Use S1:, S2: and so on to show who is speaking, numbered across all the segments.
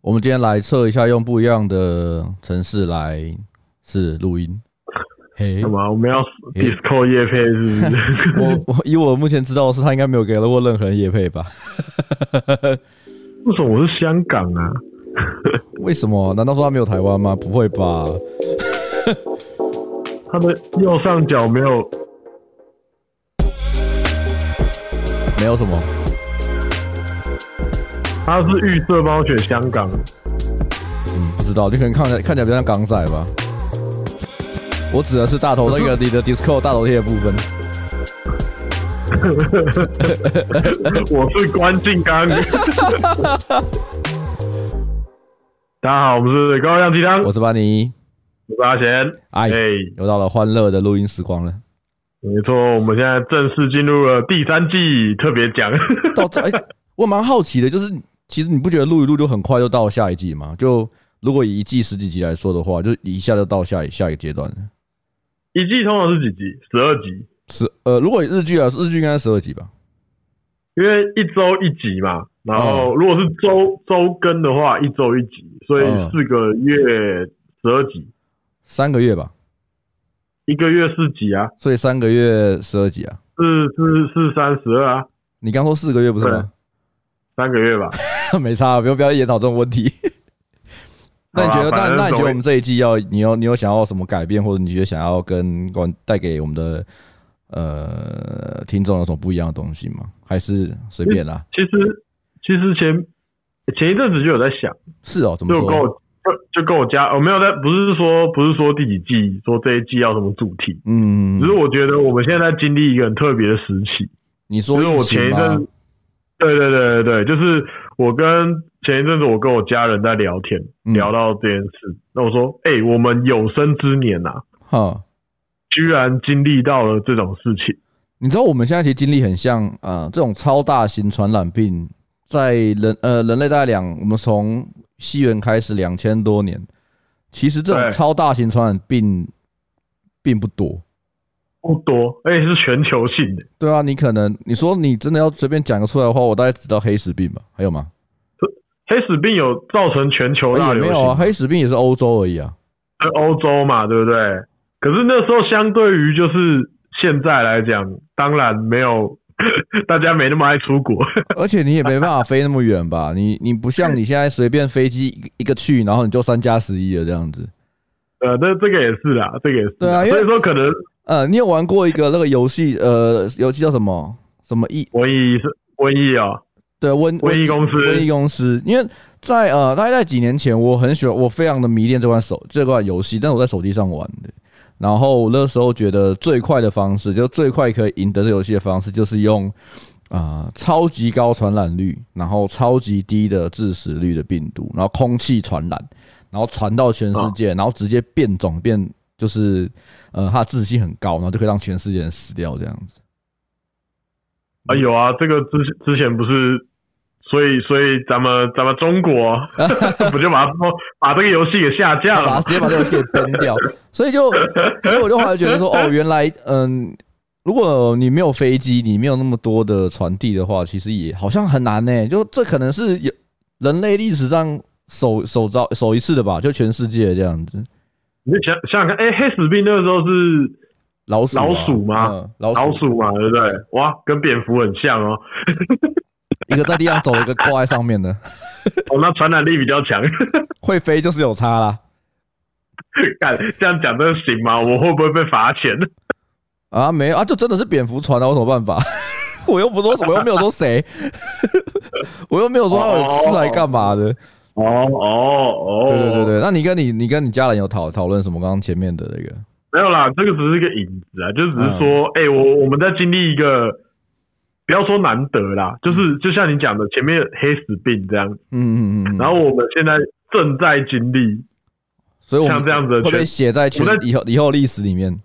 S1: 我们今天来测一下，用不一样的城市来试录音。 嘿
S2: 干，嘛？我们要
S1: 诶
S2: disco 夜配是不 是？
S1: 我我以我目前知道的是，他应该没有给过任何人夜配吧？
S2: 为什么我是香港啊？
S1: 为什么？难道说他没有台湾吗？不会吧？
S2: 它的右上角没有，
S1: 没有什么。
S2: 它是预设帮我选 香港。
S1: 嗯，不知道，你可能看起来看起来比较像港仔吧。我指的是大头那个你的 disco 大头贴的部分。
S2: 我是关静刚。 大家好，我们是高亮鸡汤，
S1: 我
S2: 我
S1: 是班尼，
S2: 是阿贤。
S1: 哎
S2: 哎，
S1: 又到了欢乐的录音时光了。
S2: 没错，我们现在正式进入了第三季特别讲。
S1: 到这，哎、我蛮好奇的，就是其实你不觉得录一录就很快就到下一季吗？就如果以一季十几集来说的话，就一下就到下一下一个阶段了。
S2: 一季通常是几集？十二集，
S1: 是呃，如果以日剧啊，日剧应该十二集吧？
S2: 因为一周一集嘛。然后如果是周周更的话，一周一集，所以
S1: 嗯
S2: 四个月十二集，
S1: 三个月吧，
S2: 一个月四集啊，
S1: 所以三个月十二集啊。
S2: 四四四三十二啊，
S1: 你刚说四个月不是吗？
S2: 三个月吧。
S1: 没差、啊不用不要研讨这种问题。那你觉得，
S2: 好啦
S1: 那
S2: 啊反正
S1: 那你觉
S2: 总
S1: 得
S2: 而
S1: 我们这一季要，你有你有想要什么改变，或者你觉得想要跟观带给我们的呃听众有什么不一样的东西吗？还是随便啦？
S2: 其实其实前前一阵子就有在想，
S1: 是哦，怎么
S2: 就跟我
S1: 说？
S2: 就就跟我家，哦我没有在，不是说不是说第几季，说这一季要什么主题，
S1: 嗯
S2: 只是，我觉得我们现在在经历一个很特别的时期。
S1: 你
S2: 就
S1: 说
S2: 是我
S1: 疫
S2: 前
S1: 情
S2: 一
S1: 吗
S2: 阵？，对对对对对，就是我跟前一阵子我跟我家人在聊天，
S1: 嗯
S2: 聊到这件事，那我说，哎、我们有生之年呐、啊，
S1: 哈，
S2: 居然经历到了这种事情。
S1: 你知道我们现在其实经历很像呃，这种超大型传染病在人呃人类大概两，我们从西元开始两千多年，其实这种
S2: 对
S1: 超大型传染病并不多。
S2: 不多，而且是全球性的，
S1: 对啊，你可能你说你真的要随便讲个出来的话，我大概只知道黑死病吧？还有吗？
S2: 黑死病有造成全球
S1: 哎
S2: 大
S1: 也
S2: 流
S1: 没
S2: 行，
S1: 有啊，黑死病也是欧洲而已啊。
S2: 在欧洲嘛，对不对？可是那时候相对于就是现在来讲，当然没有 大家没那么爱出国，
S1: 而且你也没办法飞那么远吧？你你不像你现在随便飞机一个一个去，然后你就三加十一了这样子。
S2: 呃，那这个也是啦，这个也是啦，
S1: 对啊因为
S2: 所以说可能
S1: 呃，你有玩过一个那个游戏？呃，游戏叫什么？什么疫
S2: 瘟疫是瘟疫哦，
S1: 对，瘟
S2: 瘟疫公司
S1: 瘟疫公司，因为在呃，大概在几年前，我很喜欢，我非常的迷恋这款手这款游戏，但是我在手机上玩的。然后我那时候觉得最快的方式，就最快可以赢得这游戏的方式，就是用啊、呃超级高传染率，然后超级低的致死率的病毒，然后空气传染，然后传到全世
S2: 啊
S1: 界，然后直接变种变，就是呃它的致死性很高，然后就可以让全世界人死掉这样子。
S2: 啊有啊，这个之之前不是。所以，所以咱们咱们中国 不就把它把这个游戏给下架了
S1: 把
S2: 吗？
S1: 直接把这个游戏给崩掉。所以就，所以我就后来觉得说，哦，原来，嗯，如果你没有飞机，你没有那么多的传递的话，其实也好像很难呢、就这可能是有人类历史上首首招首一次的吧，就全世界这样子。
S2: 你就想想想看，哎、黑死病那个时候是
S1: 老鼠啊、
S2: 老鼠吗
S1: 嗯老鼠，
S2: 老鼠嘛，对不对？哇，跟蝙蝠很像哦，
S1: 一个在地上走，一个挂在上面的，
S2: 哦，那传染力比较强。
S1: 会飞就是有差啦。
S2: 干这样讲真的行吗？我会不会被罚钱？
S1: 啊，没有啊，就真的是蝙蝠传的，我有什么办法？ 我又不说，我又没有说谁， 我又没有说他有吃来干嘛的。
S2: 哦哦哦，
S1: 对对对，对，那你跟你你跟你家人有讨讨论什么？刚刚前面的那个，
S2: 没有啦，这个只是一个影子啊，就只是说，
S1: 嗯
S2: 哎、我我们在经历一个，不要说难得啦，就是就像你讲的前面黑死病这样，
S1: 嗯嗯嗯嗯，
S2: 然后我们现在正在经历
S1: 所以我们
S2: 像这样子的
S1: 会被
S2: 全
S1: 写在全
S2: 我在
S1: 以后以后历史里面。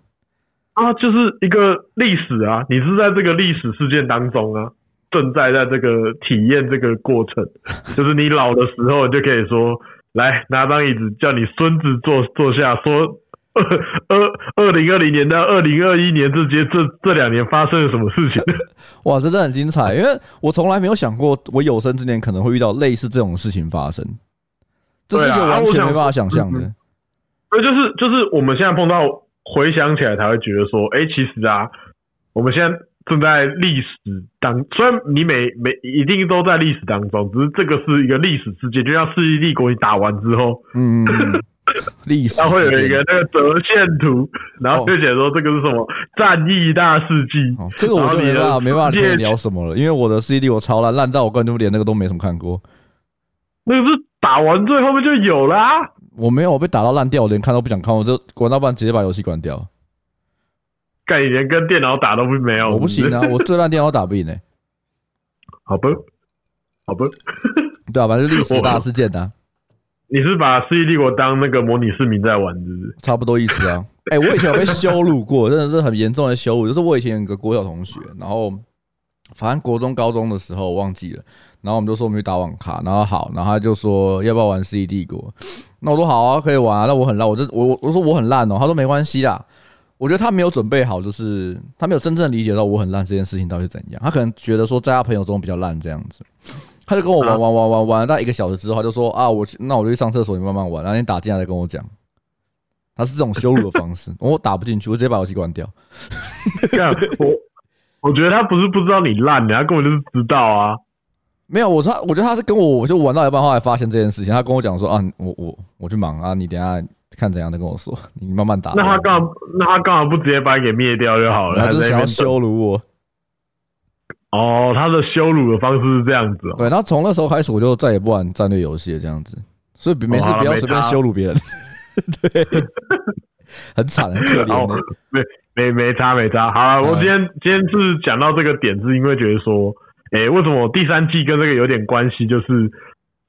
S2: 啊，就是一个历史啊，你是在这个历史事件当中啊，正在在这个体验这个过程，就是你老的时候你就可以说，来拿张椅子，叫你孙子坐坐下，说 二二二零二零年到二零二一年之间这这两年发生了什么事情？
S1: 哇，这真的很精彩，因为我从来没有想过我有生之年可能会遇到类似这种事情发生。这是一个
S2: 对啊
S1: 完全
S2: 我想
S1: 没办法想象的。
S2: 所以就是就是我们现在碰到回想起来才会觉得说，哎、其实啊，我们现在正在历史当，虽然你每每一定都在历史当中，只是这个是一个历史事件，就像世纪帝国你打完之后，
S1: 嗯，嗯嗯 历史
S2: 它会有
S1: 事
S2: 一
S1: 件
S2: 个那个折线图，然后就写说这个是什么战役大事记。
S1: 哦，这个我就没办
S2: 然
S1: 法
S2: 后你
S1: 没
S2: 的
S1: 办法跟你
S2: 世界
S1: 聊什么了，因为我的 CD 我超烂，烂到我根本就连那个都没什么看过。
S2: 那个是打完最后面就有啦、
S1: 我没有我被打到烂掉，我连看都不想看，我就关到半直接把游戏关掉。
S2: 干你连跟电脑打都不没有，
S1: 我不行啊，我最烂电脑打不赢哎、
S2: 好吧，好吧，
S1: 对啊，反正历史大事件啊，
S2: 你是把《世纪帝国》当那个模拟市民在玩，是不是？
S1: 差不多意思啊。哎、我以前有被羞辱过，真的是很严重的羞辱。就是我以前有个国小同学，然后反正国中、高中的时候我忘记了，然后我们就说我们去打网咖，然后好，然后他就说要不要玩《世纪帝国》，那我说好啊，可以玩啊，那我很烂，我就我我我说我很烂哦，他说没关系啦。我觉得他没有准备好，就是他没有真正理解到我很烂这件事情到底是怎样。他可能觉得说在他朋友中比较烂这样子，他就跟我玩
S2: 啊
S1: 玩玩玩玩了大概一个小时之后，他就说啊，我去那我就去上厕所，你慢慢玩，然后你打进来再跟我讲。他是这种羞辱的方式， 我打不进去，我直接把游戏关掉。
S2: 干我，我觉得他不是不知道你烂，他根本就是知道啊。
S1: 没有，我说他，我觉得他是跟我，我就玩到一半后来发现这件事情，他跟我讲说啊，你我我我去忙啊，你等一下看怎样再跟我说， 你慢慢打。
S2: 那
S1: 慢
S2: 他
S1: 慢打
S2: 干嘛？那他干嘛不直接把你给灭掉就好了？
S1: 然后就
S2: 还
S1: 是
S2: 在
S1: 想
S2: 那
S1: 要
S2: 边等
S1: 羞辱我。
S2: 哦，他的羞辱的方式是这样子哦。
S1: 对，然后从那时候开始，我就再也不玩战略游戏了，这样子。所以没事
S2: 哦好，了
S1: 不要
S2: 没
S1: 随便
S2: 差
S1: 羞辱别 人。对，很惨，很可
S2: 哦
S1: 怜的。，
S2: 没没没差没差。好了，我
S1: 嗯
S2: 今天今天是讲到这个点，是因为觉得说，诶、为什么第三季跟这个有点关系？就是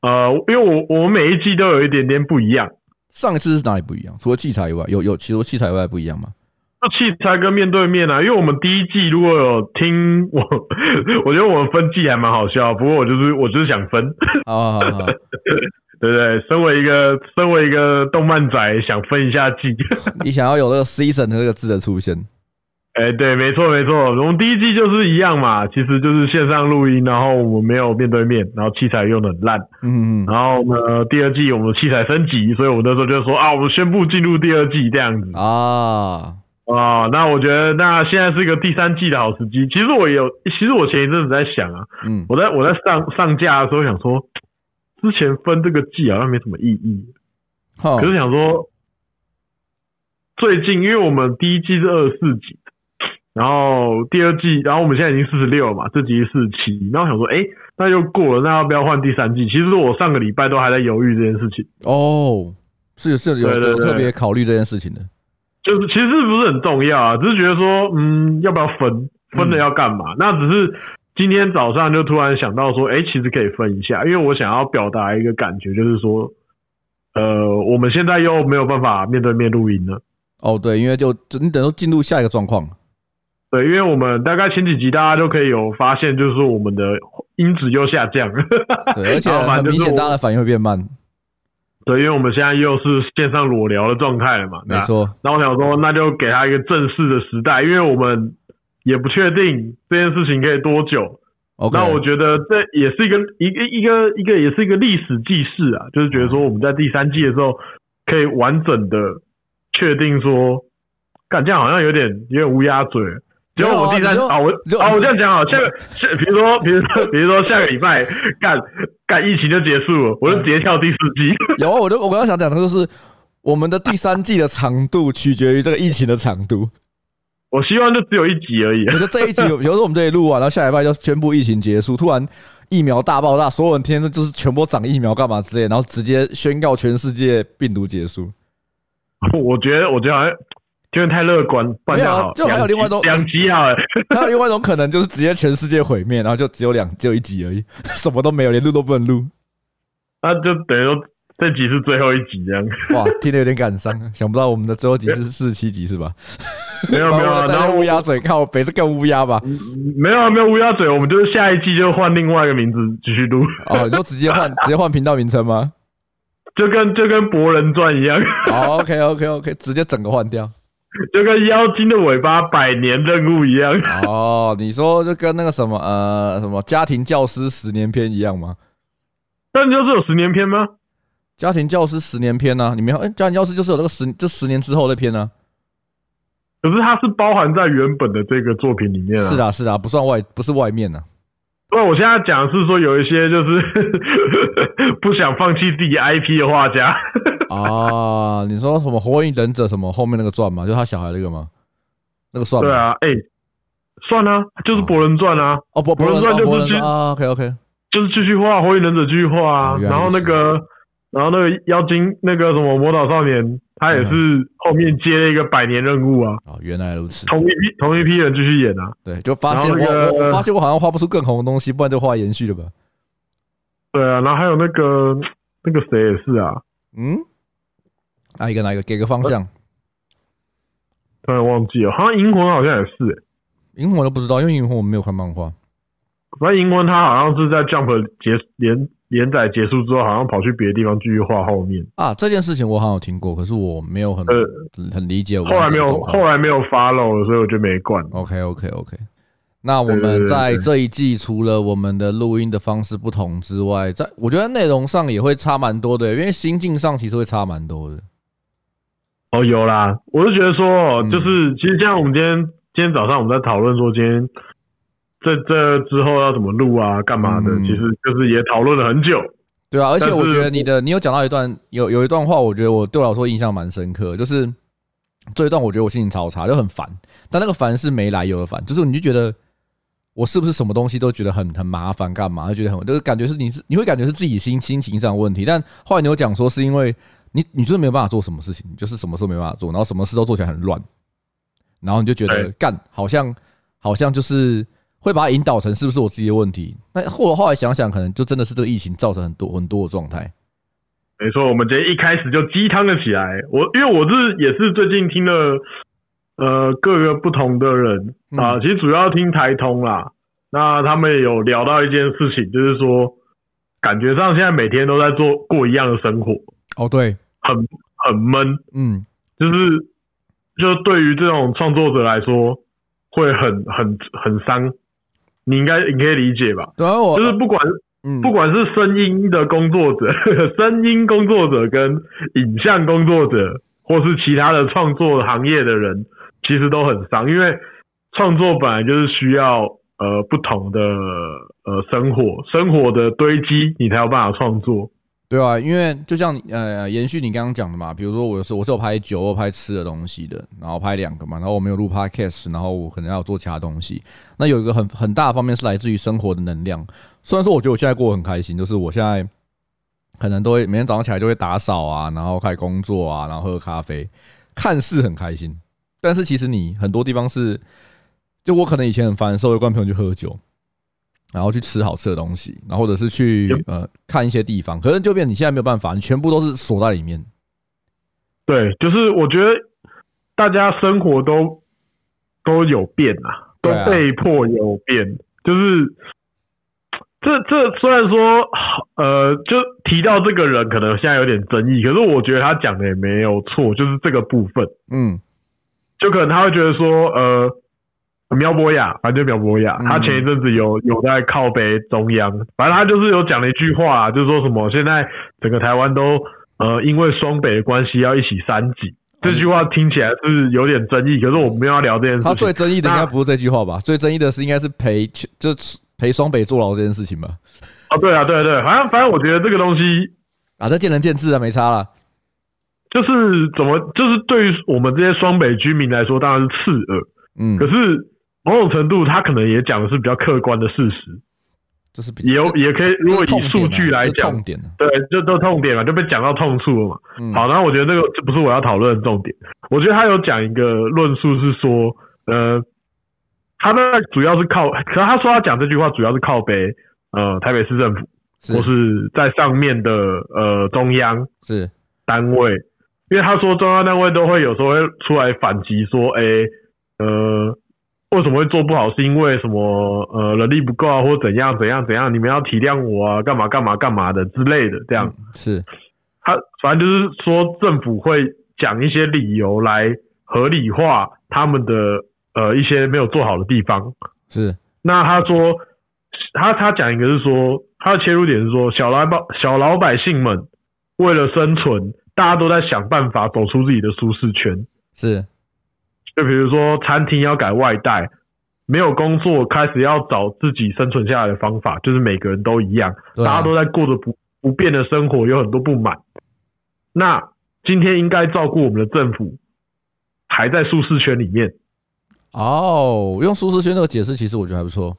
S2: 呃，因为我我们每一季都有一点点不一样，
S1: 上一次是哪里不一样？除了器材以外，有有其实器材以外不一样吗？
S2: 就器材跟面对面啊。因为我们第一季如果有听我，我觉得我们分季还蛮好笑，啊不过我就是我就是想分，
S1: 好好好好，
S2: 对不对？身为一个身为一个动漫宅，想分一下季。
S1: 你想要有那个 season 的这个字的出现，
S2: 哎，对，没错没错，我们第一季就是一样嘛，其实就是线上录音，然后我们没有面对面，然后器材用的很烂，
S1: 嗯，
S2: 然后呢，第二季我们器材升级，所以我们那时候就说啊，我们宣布进入第二季这样子
S1: 嗯啊，
S2: 啊。那我觉得那现在是一个第三季的好时机。其实我也有，其实我前一阵子在想啊，
S1: 嗯，
S2: 我在我在上上架的时候想说，之前分这个季好像没什么意义，
S1: 好
S2: 可，是想说，最近因为我们第一季是二十四集，然后第二季，然后我们现在已经四十六嘛，这集四十七，然后想说，哎、那就过了，那要不要换第三季？其实我上个礼拜都还在犹豫这件事情，
S1: 哦，是是有
S2: 对对
S1: 有
S2: 对
S1: 特别考虑这件事情的，
S2: 就是其实不是很重要啊，只是觉得说，嗯，要不要分？分了要干嘛？那只是今天早上就突然想到说，哎、其实可以分一下，因为我想要表达一个感觉，就是说。呃，我们现在又没有办法面对面录音了，
S1: 哦，对，因为就就你等到进入下一个状 况，
S2: 对，因为我们大概前几集大家都可以有发现，就是说我们的音质又下降，
S1: 对，而且
S2: 然后反
S1: 很明
S2: 正哎就是
S1: 显，
S2: 我
S1: 大家的反应会变 慢，
S2: 对，因为我们现在又是线上裸聊的状态了嘛，
S1: 没
S2: 对吧。
S1: 错，
S2: 然后我想说，那就给他一个正式的时代，因为我们也不确定这件事情可以多久。
S1: OK，
S2: 那我觉得这也是一个一个一个一个也是一个历史记事啊，就是觉得说我们在第三季的时候可以完整的确定说，干这样好像有点有点乌鸦嘴。结果我第
S1: 没
S2: 三
S1: 有啊
S2: 啊，我
S1: 你就
S2: 啊，我这样讲啊，下个下，比如说，比如说，比如说下个礼拜干干疫情就结束了，我就直接跳第四季。
S1: 有啊，我就我刚刚想讲的就是，我们的第三季的长度取决于这个疫情的长度。
S2: 我希望就只有一集而已
S1: 我。觉得 这一集，有比如说我们这里录完，然后下礼拜就宣布疫情结束，突然疫苗大爆炸，所有人天天就是全部长疫苗干嘛之类，然后直接宣告全世界病毒结束。
S2: 我觉得，我觉得好像就是太乐观，不然
S1: 没有啊
S2: 好，
S1: 就还有
S2: 两集
S1: 另外一种
S2: 两集好了。
S1: 还有另外一种可能，就是直接全世界毁灭，然后就只有两只有一集而已， 什么都没有，连录都不能录。
S2: 那就等于说这集是最后一集这样。
S1: 哇，听得有点感伤，啊 想不到我们的最后集是四十七集是吧？
S2: 没 有没有，
S1: 再
S2: 然后
S1: 用乌鸦嘴，看我北是更乌鸦吧？
S2: 嗯没有啊没有乌鸦嘴，我们就是下一季就换另外一个名字继续录，
S1: 哦，你就直接 换直接换频道名称吗？
S2: 就跟就跟《博人传》一样，
S1: 好，OK 哦 OK OK，直接整个换掉。
S2: 就跟《妖精的尾巴》百年任务一样。
S1: 哦，你说就跟那个什么呃什么家庭教师十年篇一样吗？
S2: 但就是有十年篇吗？
S1: 家庭教师十年篇呢、啊，里面哎、家庭教师就是有那个十这十年之后的篇啊呢、
S2: 可是它是包含在原本的这个作品里面啊。
S1: 是的、啊，是的、啊，不算外不是外面呢、啊
S2: 不，我现在讲的是说有一些就是 不想放弃自己 IP 的画家，
S1: 啊。你说什么火影忍者什么后面那个传吗？就他小孩那个吗？那个算吗？
S2: 对啊，哎、算啊，就是《博人传》啊，
S1: 哦，博博人
S2: 博人
S1: 传
S2: 传就
S1: 博
S2: 是
S1: 人
S2: 去
S1: 传啊，OK OK，
S2: 就是继续画《火影忍者》继续画啊
S1: 哦，原来
S2: 然后那个，然后那个妖精那个什么魔导少年，他也
S1: 嗯
S2: 是后面接了一个百年任务啊，
S1: 哦，原来如此。
S2: 同一批同一批人继续演啊，
S1: 对，就发
S2: 然
S1: 现
S2: 后
S1: 我
S2: 那个
S1: 我我发现我好像画不出更红的东西，不然就画延续了吧？
S2: 对啊，然后还有那个那个谁也是啊，
S1: 嗯，哪一个哪一个给个方
S2: 呃
S1: 向？
S2: 突然忘记了，好像银魂好像也是欸、
S1: 银魂我都不知道，因为银魂我没有看漫画。
S2: 反正银魂他好像是在 Jump 结连连载结束之后，好像跑去别的地方继续画后面，
S1: 啊，这件事情我好像有听过，可是我没有很、很理解我。
S2: 呃后来没有后来没有 follow 了，所以我就没管。
S1: OK OK OK。那我
S2: 对对
S1: 们
S2: 对
S1: 在
S2: 对
S1: 这一季除了我们的录音的方式不同之外，在我觉得内容上也会差蛮多的，因为心境上其实会差蛮多的。
S2: 哦，有啦，我就觉得说哦，
S1: 嗯
S2: 就是其实像我们今天今天早上我们在讨论说今天这这之后要怎么录啊，干嘛的，
S1: 嗯
S2: 其实就是也讨论了很久。
S1: 对啊，而且
S2: 但
S1: 我
S2: 是
S1: 觉得你的你有讲到一段有有一段话，我觉得我对我来说印象蛮深刻，就是这一段我觉得我心情超差，就很烦。但那个烦是没来由的烦，就是你就觉得我是不是什么东西都觉得很很麻烦，干嘛就觉得很就是感觉是你是你会感觉是自己心心情上的问题。但后来你有讲说是因为你你就是没有办法做什么事情，你就是什么事都没办法做，然后什么事都做起来很乱，然后你就觉得
S2: 对
S1: 干好像好像就是会把它引导成是不是我自己的问题？那后后来想想，可能就真的是这个疫情造成很多很多的状态。
S2: 没错，我们今天一开始就鸡汤了起来。我因为我是也是最近听了呃各个不同的人
S1: 嗯
S2: 啊、其实主要听台通啦。那他们也有聊到一件事情，就是说感觉上现在每天都在做过一样的生活，
S1: 哦，对，
S2: 很很闷。
S1: 嗯，
S2: 就是就对于这种创作者来说，会很很很伤。你应该你可以理解吧？
S1: 对啊，我
S2: 就是不管
S1: 嗯
S2: 不管是声音的工作者、 声音工作者跟影像工作者，或是其他的创作行业的人，其实都很伤，因为创作本来就是需要呃不同的呃生活生活的堆积，你才有办法创作。
S1: 对啊，因为就像你呃，延续你刚刚讲的嘛，比如说我是我是有拍酒，我有拍吃的东西的，然后拍两个嘛，然后我没有录 podcast，然后我可能要做其他东西。那有一个很很大的方面是来自于生活的能量。虽然说我觉得我现在过得很开心，就是我现在可能都会每天早上起来就会打扫啊，然后开始工作啊，然后喝咖啡，看似很开心，但是其实你很多地方是，就我可能以前很烦的时候，会跟朋友去喝酒，然后去吃好吃的东西，然后或者是去
S2: Yep
S1: 呃看一些地方，可能就变你现在没有办法，你全部都是锁在里面。
S2: 对，就是我觉得大家生活都都有变啊，都
S1: 对啊
S2: 被迫有变。就是这这虽然说呃，就提到这个人可能现在有点争议，可是我觉得他讲的也没有错，就是这个部分，
S1: 嗯，
S2: 就可能他会觉得说呃。苗博雅，反正苗博雅，
S1: 嗯
S2: 他前一阵子有有在靠北中央，反正他就是有讲了一句话、啊就是说什么现在整个台湾都呃因为双北的关系要一起三级，这句话听起来是有点争议，可是我们没有要聊这件
S1: 他
S2: 事
S1: 最
S2: 情。
S1: 争议的应该
S2: 那
S1: 不是这句话吧？最争议的是应该是陪就是陪双北坐牢这件事情吧？
S2: 哦，对啊，对啊对啊，反正反正我觉得这个东西
S1: 啊，这见仁见智啊，没差啦。
S2: 就是怎么，就是对于我们这些双北居民来说，当然是刺耳，
S1: 嗯
S2: 可，是某种程度他可能也讲的是比较客观的事实，
S1: 这是比
S2: 也有
S1: 这
S2: 也可以，
S1: 这
S2: 如
S1: 是
S2: 果以
S1: 痛点啊
S2: 数据来
S1: 这是
S2: 讲
S1: 痛，点呢、
S2: 对，就都痛点嘛，就被讲到痛处了嘛。
S1: 嗯，
S2: 好，然后我觉得这个这不是我要讨论的重点。我觉得他有讲一个论述是说，呃，他那主要是靠，可是他说他讲这句话主要是靠北，呃，台北市政府或
S1: 是
S2: 是在上面的呃中央
S1: 是，
S2: 单位，因为他说中央单位都会有时候会出来反击说，哎、呃，为什么会做不好？是因为什么？呃，人力不够啊，或怎样怎样怎样？你们要体谅我啊，干嘛干嘛干嘛的之类的，这样。
S1: 嗯是
S2: 他反正就是说政府会讲一些理由来合理化他们的呃一些没有做好的地方。
S1: 是，
S2: 那他说他他讲一个是说他的切入点是说小老百小老百姓们为了生存，大家都在想办法走出自己的舒适圈。
S1: 是
S2: 就比如说餐厅要改外带，没有工作开始要找自己生存下来的方法，就是每个人都一样，
S1: 对啊
S2: 大家都在过着不不变的生活，有很多不满。那今天应该照顾我们的政府，还在舒适圈里面。
S1: 哦，用舒适圈这个解释，其实我觉得还不错。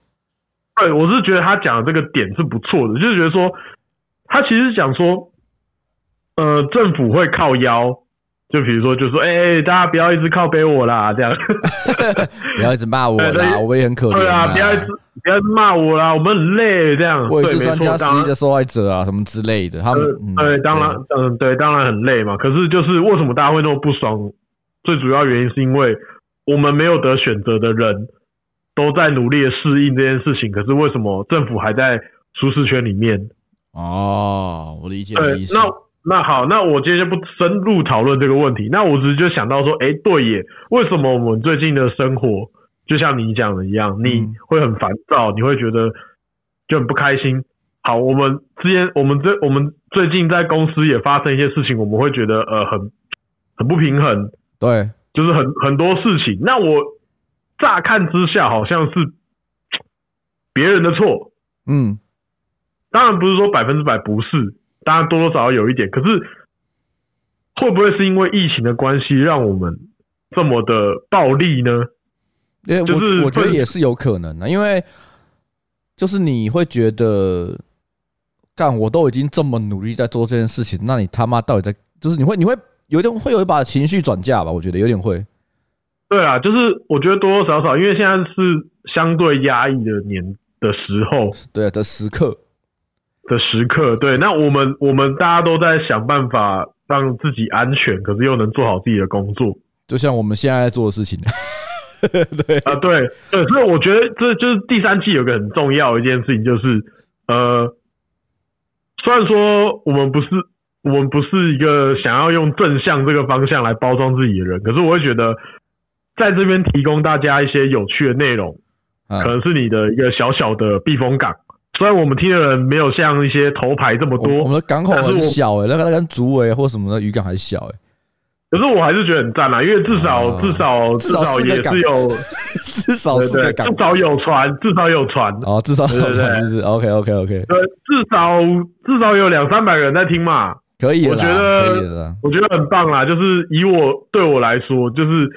S2: 对，我是觉得他讲的这个点是不错的，就是觉得说，他其实讲说，呃，政府会靠腰，就比如说，就说，哎、哎大家不要一直靠背我啦，这样，
S1: 不要一直骂我
S2: 对
S1: 啦，
S2: 对
S1: 我也很可怜。
S2: 对啊，不要一直不要一直骂我啦，我们很累，这 样，
S1: 我也
S2: 对，
S1: 是
S2: 没
S1: 三
S2: 错，
S1: 加十
S2: 当
S1: 一
S2: 然，
S1: 的受害者啊，什么之类的。他们、嗯、
S2: 呃对，当然，嗯，对，当然很累嘛。可是就是为什么大家会那么不爽？最主要原因是因为我们没有得选择的人都在努力的适应这件事情，可是为什么政府还在舒适圈里面？
S1: 哦，我理解你的
S2: 对
S1: 意，思。
S2: 那那好，那我今天就不深入讨论这个问题。那我只是就想到说，哎、对耶，为什么我们最近的生活就像你讲的一样，你会很烦躁，你会觉得就很不开心。好，我们之前我们这我们最近在公司也发生一些事情，我们会觉得呃很很不平衡，
S1: 对，
S2: 就是很很多事情。那我乍看之下好像是别人的错，
S1: 嗯，
S2: 当然不是说百分之百不是，当然多多少少有一点，可是会不会是因为疫情的关系，让我们这么的暴力呢？
S1: 因为我、
S2: 就是
S1: 我觉得
S2: 分
S1: 也是有可能啊的、因为就是你会觉得，干我都已经这么努力在做这件事情，那你他妈到底在？就是你会你会有点会有一把情绪转嫁吧？我觉得有点会。
S2: 对啊，就是我觉得多多少少，因为现在是相对压抑的年的时候
S1: 对啊的时刻，
S2: 的时刻，对，那我们我们大家都在想办法让自己安全，可是又能做好自己的工作。
S1: 就像我们现在在做的事情。对，
S2: 啊，对对，所以我觉得这就是第三季有个很重要的一件事情，就是呃，虽然说我们不是我们不是一个想要用正向这个方向来包装自己的人，可是我会觉得在这边提供大家一些有趣的内容，
S1: 嗯
S2: 可能是你的一个小小的避风港。虽然我们听的人没有像一些头牌这么
S1: 我们我们
S2: 多，
S1: 的港口
S2: 但是
S1: 很
S2: 我
S1: 小哎、那个跟竹围或什么的渔港还小哎、
S2: 可是我还是觉得很赞啦，因为至少、
S1: 啊
S2: 至少
S1: 至少四个
S2: 也
S1: 港
S2: 是有
S1: 至少
S2: 对
S1: 是个
S2: 对，
S1: 港
S2: 至少有船，至少有船。
S1: 哦，至少
S2: 对
S1: 有
S2: 对
S1: 船就是 OK OK OK，
S2: 呃，至少至少有两三百人在听嘛，
S1: 可以了啦，
S2: 我觉得
S1: 可以了啦，
S2: 我觉得很棒啦。就是以我对我来说，就是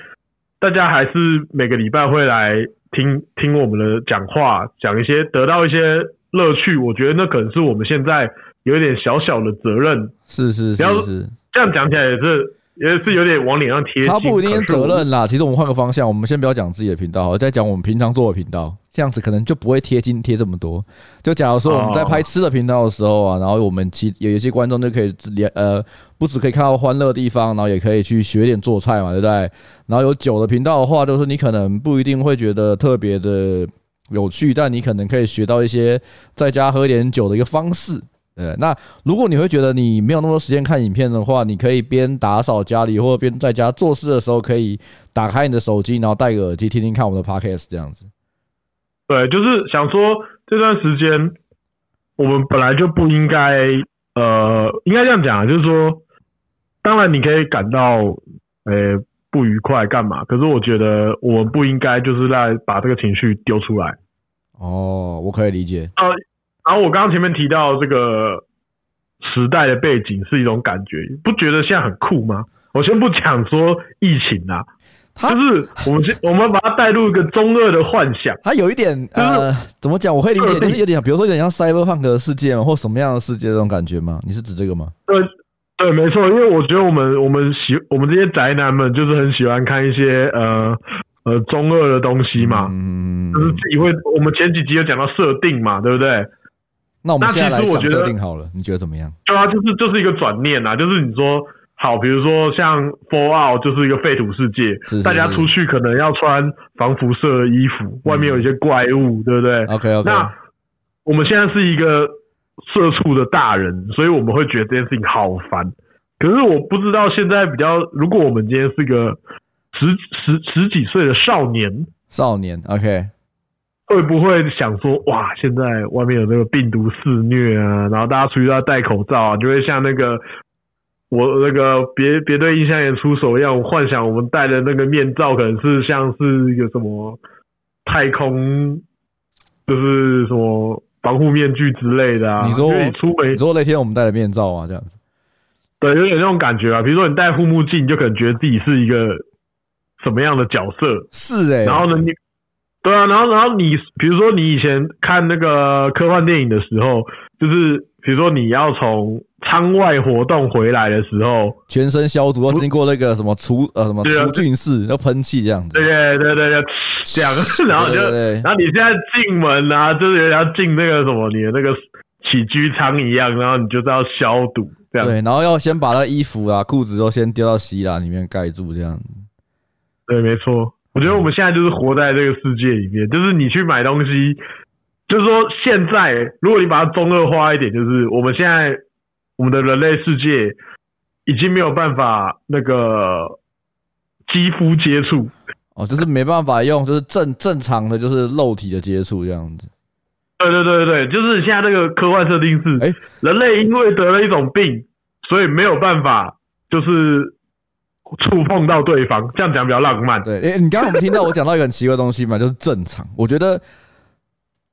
S2: 大家还是每个礼拜会来听听我们的讲话，讲一些得到一些乐趣。我觉得那可能是我们现在有一点小小的责任。
S1: 是是
S2: 不要
S1: 是是，
S2: 这样讲起来也是也是有点往脸上贴金，
S1: 他不一定
S2: 可
S1: 是
S2: 是我
S1: 责任啦。其实我们换个方向，我们先不要讲自己的频道，好了，再讲我们平常做的频道，这样子可能就不会贴金贴这么多。就假如说我们在
S2: 哦
S1: 拍吃的频道的时候啊，然后我们其有一些观众就可以自连呃，不只可以看到欢乐的地方，然后也可以去学点做菜嘛，对不对？然后有酒的频道的话，就是你可能不一定会觉得特别的有趣，但你可能可以学到一些在家喝点酒的一个方式。对，那如果你会觉得你没有那么多时间看影片的话，你可以边打扫家里或者边在家做事的时候，可以打开你的手机，然后戴个耳机听听看我们的 podcast 这样子。
S2: 对，就是想说这段时间我们本来就不应该，呃，应该这样讲啊，就是说，当然你可以感到，呃，不愉快干嘛？可是我觉得我们不应该就是在把这个情绪丢出来。呃
S1: 哦，我可以理解。
S2: 然后我刚刚前面提到这个时代的背景是一种感觉，不觉得现在很酷吗？我先不讲说疫情啊，
S1: 他
S2: 就是我们先我们把它带入一个中二的幻想。
S1: 它有一点 呃，怎么讲？我可以理解，就是有点像，比如说有点像 cyberpunk 的世界嘛，或什么样的世界这种感觉吗？你是指这个吗？
S2: 对对，没错，因为我觉得我们我们喜我们这些宅男们就是很喜欢看一些呃呃中二的东西嘛，
S1: 嗯
S2: 就是自己会。我们前几集有讲到设定嘛，对不对？
S1: 那我们
S2: 那
S1: 现在来
S2: 其实我
S1: 想
S2: 觉得
S1: 设定好了，你觉得怎么样？
S2: 对啊，就是就是一个转念啊，就是你说好，比如说像 Fallout 就是一个废土世界，
S1: 是是
S2: 大家
S1: 是
S2: 出去可能要穿防辐射的衣服，外面有一些怪物，对不对？
S1: OK OK，
S2: 那我们现在是一个社畜的大人，所以我们会觉得这件事情好烦。可是我不知道现在比较，如果我们今天是个十十十几岁的少年，
S1: 少年 OK，
S2: 会不会想说，哇，现在外面有那个病毒肆虐啊，然后大家出去都要戴口罩啊，就会像那个我那个别别对印象也出手一样，我幻想我们戴的那个面罩可能是像是一个什么太空，就是什么防护面具之类的啊。
S1: 你说
S2: 因为你出门
S1: 你说那天我们戴了面罩啊，这样子，
S2: 对，有点那种感觉啊。比如说你戴护目镜，你就可能觉得自己是一个什么样的角色，
S1: 是哎、
S2: 然后呢，你对啊，然后然后你比如说你以前看那个科幻电影的时候，就是比如说你要从舱外活动回来的时候，
S1: 全身消毒要经过那个什么除呃什么
S2: 对啊
S1: 除菌室，要喷气这样子
S2: 对，对对对对，这样，然后你就
S1: 对对对
S2: 然后你现在进门啊，就是有点像进那个什么你的那个起居舱一样，然后你就是要消毒这样。
S1: 对，然后要先把那衣服啊、裤子都先丢到洗衣篮里面盖住，这样。
S2: 对，没错。我觉得我们现在就是活在这个世界里面，就是你去买东西，就是说现在，如果你把它中二化一点，就是我们现在我们的人类世界已经没有办法那个肌肤接触，
S1: 哦，就是没办法用，就是正正常的，就是肉体的接触这样子。
S2: 对对对对对，就是现在这个科幻设定是，
S1: 哎
S2: 人类因为得了一种病，所以没有办法就是触碰到对方，这样讲比较浪漫。
S1: 对，诶、你刚刚我们听到我讲到一个很奇怪的东西嘛，就是正常。我觉得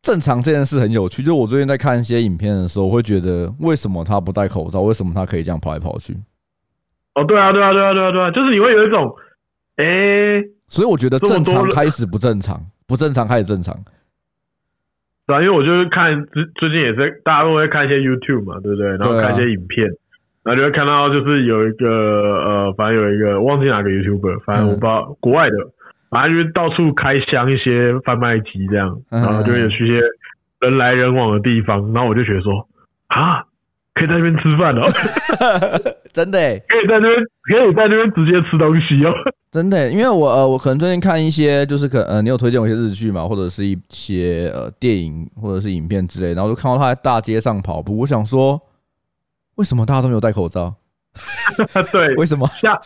S1: 正常这件事很有趣。就我最近在看一些影片的时候，我会觉得为什么他不戴口罩，为什么他可以这样跑来跑去？
S2: 哦，对啊，对啊，对啊，对啊，对啊，就是你会有一种，哎、
S1: 所以我觉得
S2: 这么
S1: 正
S2: 多
S1: 常
S2: 人
S1: 开始不正常，不正常开始正常。
S2: 对啊，因为我就是看最最近也是大家都会看一些 YouTube 嘛，对不对？然后
S1: 对啊
S2: 看一些影片，然后就会看到就是有一个呃，反正有一个忘记哪个 YouTuber，
S1: 嗯
S2: 反正我不知道、国外的，反正就是到处开箱一些贩卖机这样，
S1: 嗯
S2: 然后就会有去一些人来人往的地方，然后我就觉得说啊，可以在那边吃饭哦，
S1: 真的、欸，
S2: 可以在那边可以在那边直接吃东西哦，
S1: 真的欸、因为我呃，我可能最近看一些，就是可呃，你有推荐我一些日剧嘛，或者是一些呃电影或者是影片之类，然后就看到他在大街上跑步，我想说，为什么大家都没有戴口罩？
S2: 对，
S1: 为什么？
S2: 下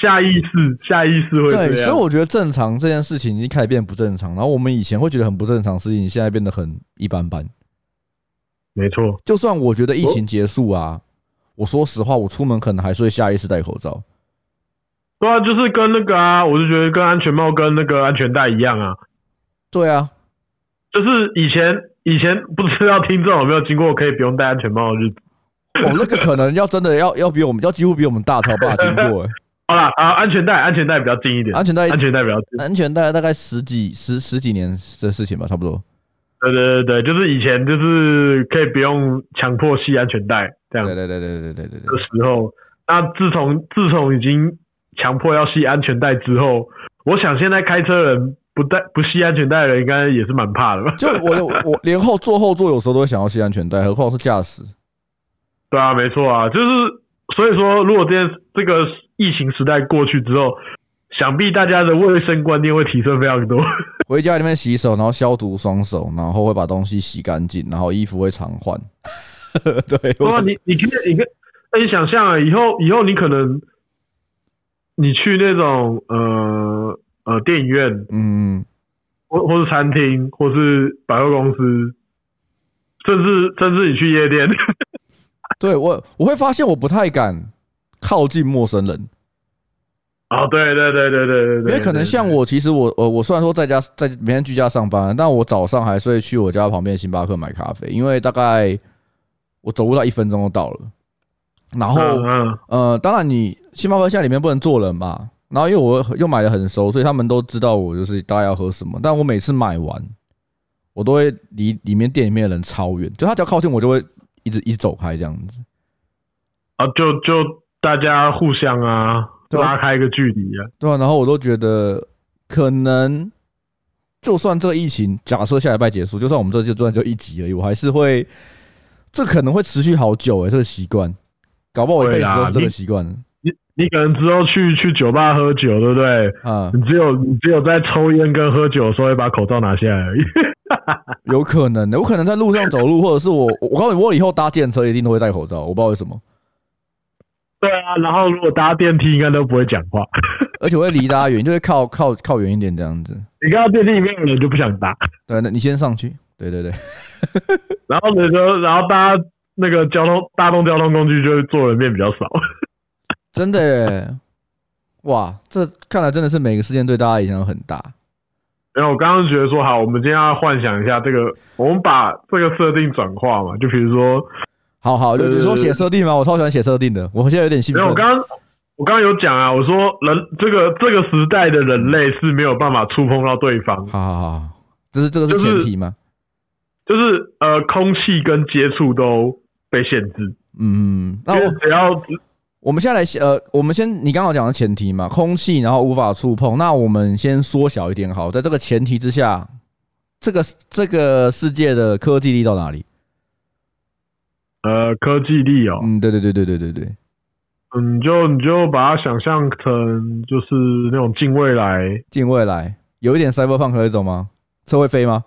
S2: 下意识下意识会这样，
S1: 对，所以我觉得正常这件事情已经开始变不正常，然后我们以前会觉得很不正常的事情，现在变得很一般般。
S2: 没错，
S1: 就算我觉得疫情结束啊，我说实话，我出门可能还是会下意识戴口罩。
S2: 对啊，就是跟那个啊，我就觉得跟安全帽跟那个安全带一样啊，
S1: 对啊，
S2: 就是以前以前不知道听众有没有经过可以不用戴安全帽的日子。
S1: 哦，那个可能要真的要要比我们要几乎比我们大才有办法经过、欸。
S2: 好啦，啊，安全带安全带比较近一点，
S1: 安全带
S2: 安全带比较近。
S1: 安全带大概十几十十几年的事情吧，差不多。
S2: 对对对对，就是以前就是可以不用强迫系安全带这样
S1: 对
S2: 的
S1: 对对对对对对对。
S2: 时候，那自从自从已经强迫要系安全带之后，我想现在开车人不戴不系安全带的人应该也是蛮怕的吧？
S1: 就我我我连后坐后座有时候都会想要系安全带，何况是驾驶。
S2: 对啊，没错啊，就是所以说，如果这件这个疫情时代过去之后，想必大家的卫生观念会提升非常多。
S1: 回家里面洗手，然后消毒双手，然后会把东西洗干净，然后衣服会常换。 对，
S2: 那么
S1: 我
S2: 你你可以你可以，那你想象啊，以后以后你可能你去那种呃呃电影院，
S1: 嗯，
S2: 或或是餐厅，或是百货公司，甚至甚至你去夜店，
S1: 对我我会发现我不太敢靠近陌生人，
S2: 哦，对对对对对对
S1: 因
S2: 对，
S1: 为可能像我，其实我我我虽然说在家在每天居家上班，但我早上还是会去我家旁边的星巴克买咖啡，因为大概我走路到一分钟就到了。然后、
S2: 嗯嗯
S1: 呃，当然你星巴克现在里面不能坐人嘛，然后因为我又买的很熟，所以他们都知道我就是大概要喝什么。但我每次买完，我都会离里面店里面的人超远，就他只要靠近我就会一直一直走开这样子。
S2: 啊，就就大家互相啊
S1: 对啊
S2: 拉开一个距离啊。
S1: 对啊，然后我都觉得可能，就算这个疫情假设下礼拜结束，就算我们这就赚就一集而已，我还是会，这可能会持续好久哎、这个习惯，搞不好我一辈子都是这
S2: 会啦啊
S1: 个
S2: 你
S1: 习惯
S2: 你你可能之后去去酒吧喝酒，对不对？
S1: 啊，
S2: 你只有你只有在抽烟跟喝酒的时候会把口罩拿下来而已。
S1: 有可能的，我可能在路上走路，或者是我，我我告诉你，我以后搭电车一定都会戴口罩，我不知道为什么，
S2: 对啊，然后如果搭电梯应该都不会讲话，
S1: 而且我会离大家远，就会靠靠靠远一点这样子。
S2: 你看到电梯里面有人就不想搭，
S1: 对，那你先上去，对对对，
S2: 然后你说然后大家那个交通大众交通工具就是坐人变比较少，
S1: 真的耶！哇，这看来真的是每个事件对大家影响都很大。
S2: 然后我刚刚觉得说，好，我们今天要幻想一下这个，我们把这个设定转化嘛，就比如说，
S1: 好好，你你说写设定吗？我超喜欢写设定的，我现在有点兴
S2: 没
S1: 奋
S2: 有，我。刚刚我刚刚有讲啊，我说人这个这个时代的人类是没有办法触碰到对方，
S1: 好好好好，这是这个是
S2: 就
S1: 前
S2: 是
S1: 提吗？
S2: 就是呃，空气跟接触都被限制，
S1: 嗯，那
S2: 因为
S1: 我
S2: 只要
S1: 我们现在来写，呃，我们先你刚刚讲的前提嘛，空气然后无法触碰，那我们先缩小一点好，在这个前提之下，这个这个世界的科技力到哪里？
S2: 呃科技力哦，
S1: 嗯，对对对对对对对，
S2: 嗯，你就你就把它想象成就是那种近未来，
S1: 近未来有一点 cyberpunk 那种吗？车会飞吗？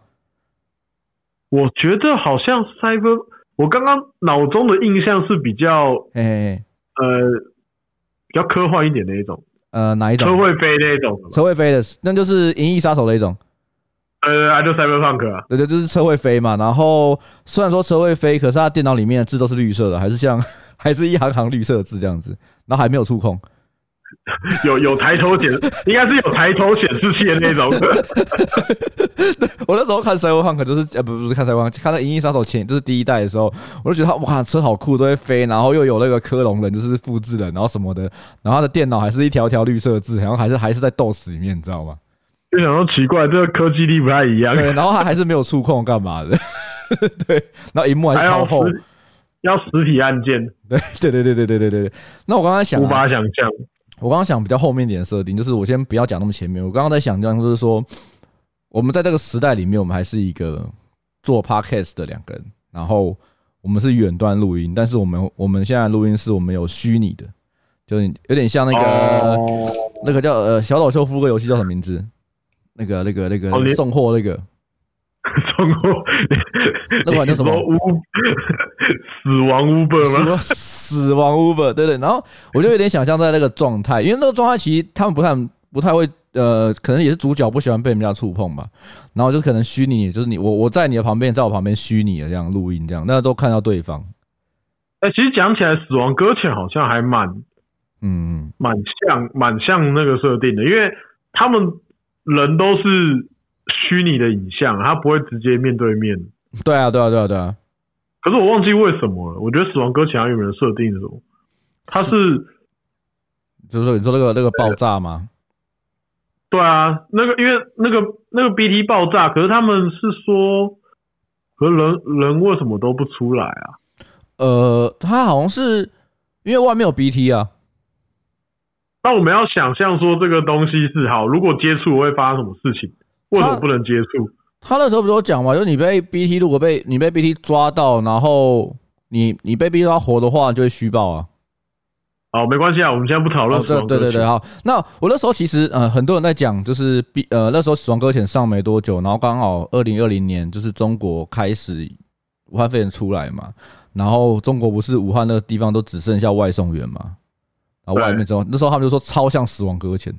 S2: 我觉得好像 cyber，我刚刚脑中的印象是比较
S1: 嘿嘿嘿，
S2: 呃比较科幻一点的那一种，
S1: 呃，哪一种？
S2: 车会飞那一种的嘛，
S1: 车会飞的，那就是《银翼杀手》的一种。
S2: 呃啊就 cyberpunk 啊，
S1: 对对，就是车会飞嘛。然后虽然说车会飞，可是它电脑里面的字都是绿色的，还是像 还是一行行绿色的字这样子，然后还没有触控。
S2: 有有抬头显，应该是有抬头显示器的 那种，
S1: 我那时候看《赛博朋克》就是呃，不不是看《赛博朋克》，看到《银翼杀手》前就是第一代的时候，我就觉得它哇，车好酷，都会飞，然后又有那个科隆人，就是复制人，然后什么的，然后它的电脑还是一条条绿色的字，然后还是还是在 DOS 里面，你知道吗？
S2: 就想说奇怪，这个科技力不太一样，
S1: 对，然后它还是没有触控干嘛的， 对，然后荧幕还
S2: 还
S1: 是超
S2: 要
S1: 厚，
S2: 实要实体按键，
S1: 对对对对对对对对对。那我刚刚想、
S2: 无
S1: 啊
S2: 法，想象。
S1: 我刚刚想比较后面一点的设定，就是我先不要讲那么前面。我刚刚在想，就是说，我们在这个时代里面，我们还是一个做 podcast 的两个人，然后我们是远端录音，但是我们我们现在录音室我们有虚拟的，就是有点像那个、
S2: 哦
S1: 那个叫呃小岛秀夫个游戏叫什么名字？那个那个那个、
S2: 哦你
S1: 送货那个，
S2: 中 国，
S1: 那
S2: 你
S1: 款叫什么
S2: 说乌死亡 Uber 吗？
S1: 死死亡 Uber，对对。然后我就有点想象在那个状态，因为那个状态其实他们不太不太会，呃，可能也是主角不喜欢被人家触碰吧。然后就可能虚拟，就是你我我在你的旁边，在我旁边虚拟的这样录音，这样那都看到对方。
S2: 哎、其实讲起来，死亡搁浅好像还蛮
S1: 嗯，
S2: 蛮像蛮像那个设定的，因为他们人都是虚拟的影像，他不会直接面对面。
S1: 对啊，对啊，对啊，对啊。
S2: 可是我忘记为什么了，我觉得死亡搁浅它原本的设定是什么？它是
S1: 就是说你说那个那个爆炸吗？
S2: 对啊，那个因为那个那个 BT 爆炸，可是他们是说，可是人人为什么都不出来啊？
S1: 呃，他好像是因为外面有 BT 啊，
S2: 那我们要想象说这个东西是好，如果接触会发生什么事情？为什么不能接触？
S1: 他那时候不是有讲嘛，就是你被 BT 如果被你被 BT 抓到，然后你你被 BT 抓活的话，就会虚报啊。
S2: 好，没关系啊，我们现在不讨论
S1: 哦，
S2: 死
S1: 对
S2: 亡
S1: 对对对，
S2: 啊，
S1: 好。那我那时候其实呃，很多人在讲，就是比呃那时候《死亡搁浅》上没多久，然后刚好二零二零年就是中国开始武汉肺炎出来嘛，然后中国不是武汉那个地方都只剩下外送员嘛，然后外面之后那时候他们就说超像《死亡搁浅》，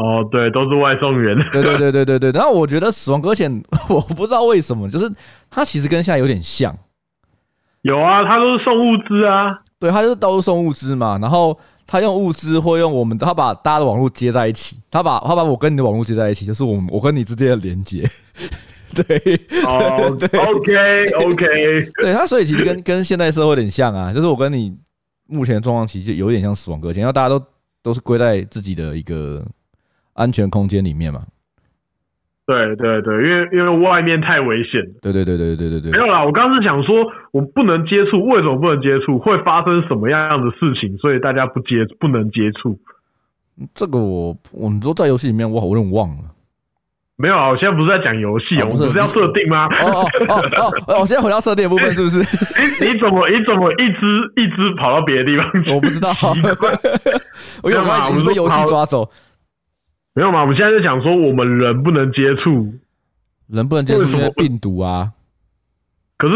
S2: 哦，对，都是外送员。
S1: 对对对对对对。然后我觉得《死亡搁浅》， 我不知道为什么，就是它其实跟现在有点像。
S2: 有啊，他都是送物资啊。
S1: 对，他就是到处送物资嘛，然后他用物资或用我们的，他把大家的网络接在一起，他把他把我跟你的网络接在一起，就是我们我跟你之间的连接。 对
S2: 哦 ，OK OK，
S1: 对，他所以其实跟跟现代社会有点像啊，就是我跟你目前的状况其实有点像死亡搁浅，因为大家都都是归在自己的一个安全空间里面嘛。
S2: 对对对，因为因为外面太危险了。
S1: 对对对对对对对
S2: 没
S1: 对
S2: 有啦，我刚刚是想说，我不能接触，为什么不能接触？会发生什么样的事情？所以大家不接不能接触。
S1: 这个我我们说在游戏里面我好像忘了。
S2: 没有啊，我现在不是在讲游戏，
S1: 哦
S2: 我们
S1: 不是
S2: 不是要
S1: 不是
S2: 设定吗？
S1: 哦哦哦哦哦！我现在回到设定的部分是不 是？
S2: 你你怎么你怎么一只一只跑到别的地方去？
S1: 我不知道， 我有刚才已经被游戏抓走，
S2: 没有嘛？我们现在在讲说我们人不能接触，
S1: 能不能接触因为病毒啊？
S2: 可是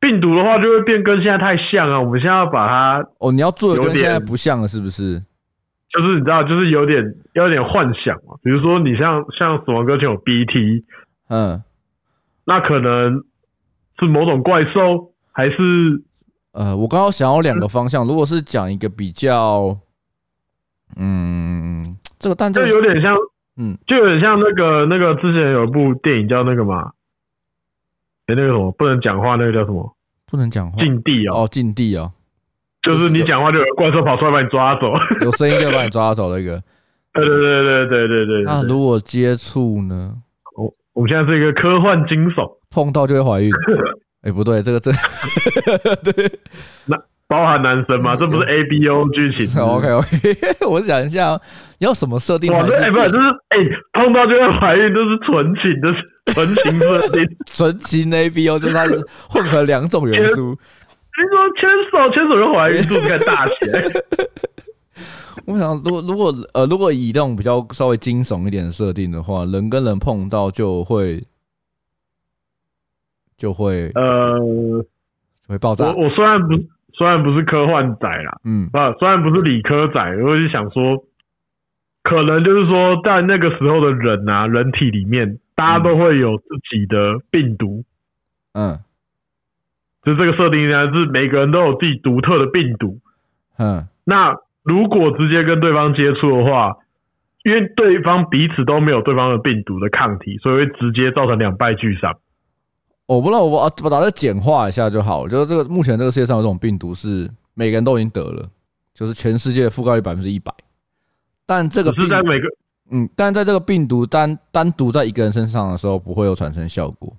S2: 病毒的话就会变跟现在太像啊。我们现在要把它
S1: 哦，你要做的
S2: 有
S1: 跟
S2: 点
S1: 现在不像了，是不是？
S2: 就是你知道，就是有点有点幻想嘛。比如说你像像死亡搁浅有 BT，
S1: 嗯
S2: 那可能是某种怪兽，还是
S1: 呃，我刚刚想要两个方向，如果是讲一个比较嗯，这个但这
S2: 就
S1: 个
S2: 有点像，
S1: 嗯，
S2: 就有点像那个那个之前有一部电影叫那个嘛，哎、那个什么不能讲话，那个叫什么
S1: 不能讲话
S2: 禁地哦，
S1: 哦，禁地哦，
S2: 就是你讲话就有怪兽跑出来把你抓走。
S1: 有声音就把你抓走了一个。
S2: 对对对对对对对
S1: 那
S2: 对。
S1: 如果接触呢，
S2: 我我们现在是一个科幻惊悚，
S1: 碰到就会 怀孕？哎，不对，这个这
S2: 包含男生嘛，这不是 A B O 剧情是不是
S1: OK OK，我 想一下哦，要什么设定
S2: 哇，
S1: 才
S2: 那哎、不是，这
S1: 是
S2: 是哎、碰到就会怀孕，这是纯情，这是纯情 设定。
S1: 纯情 A B O，就是它是混合两种元素。
S2: 你说牵手，牵手就怀孕，肚子该大起来。
S1: 我想，如果如果呃，如果以那种比较稍微惊悚一点的设定的话，人跟人碰到就会就会
S2: 呃，
S1: 就会爆炸
S2: 我。我虽然不虽然不是科幻仔啦，
S1: 嗯，
S2: 啊，虽然不是理科仔，我就想说，可能就是说，在那个时候的人啊，人体里面大家都会有自己的病毒，
S1: 嗯
S2: 就这个设定呢是每个人都有自己独特的病毒。
S1: 嗯
S2: 那如果直接跟对方接触的话，因为对方彼此都没有对方的病毒的抗体，所以会直接造成两败俱伤。
S1: 哦我不知道，我把把它简化一下就好。就是这个目前这个世界上有这种病毒是每个人都已经得了，就是全世界覆盖率百分之一百。但这个
S2: 只
S1: 病
S2: 是在每个
S1: 嗯，但在这个病毒单单独在一个人身上的时候，不会有产生效果。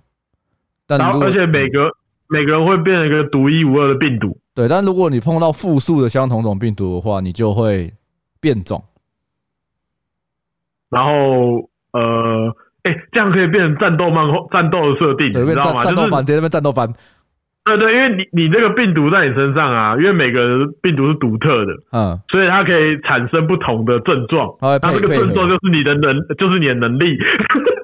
S1: 但
S2: 然
S1: 如
S2: 后，
S1: 果
S2: 而且每个每个人会变成一个独一无二的病毒。
S1: 对，但如果你碰到复数的相同种病毒的话，你就会变种。
S2: 然后呃，哎、这样可以变成战斗漫画战斗的设定，
S1: 对，变
S2: 你知道
S1: 战
S2: 吗？
S1: 战
S2: 就
S1: 斗
S2: 是
S1: 班，直接变战斗班。
S2: 对对，因为你你这个病毒在你身上啊，因为每个人病毒是独特的，
S1: 嗯，
S2: 所以它可以产生不同的症状。
S1: 它会
S2: 然
S1: 配
S2: 后这个
S1: 配
S2: 症状
S1: 合。
S2: 就是你的能，就是你的能力。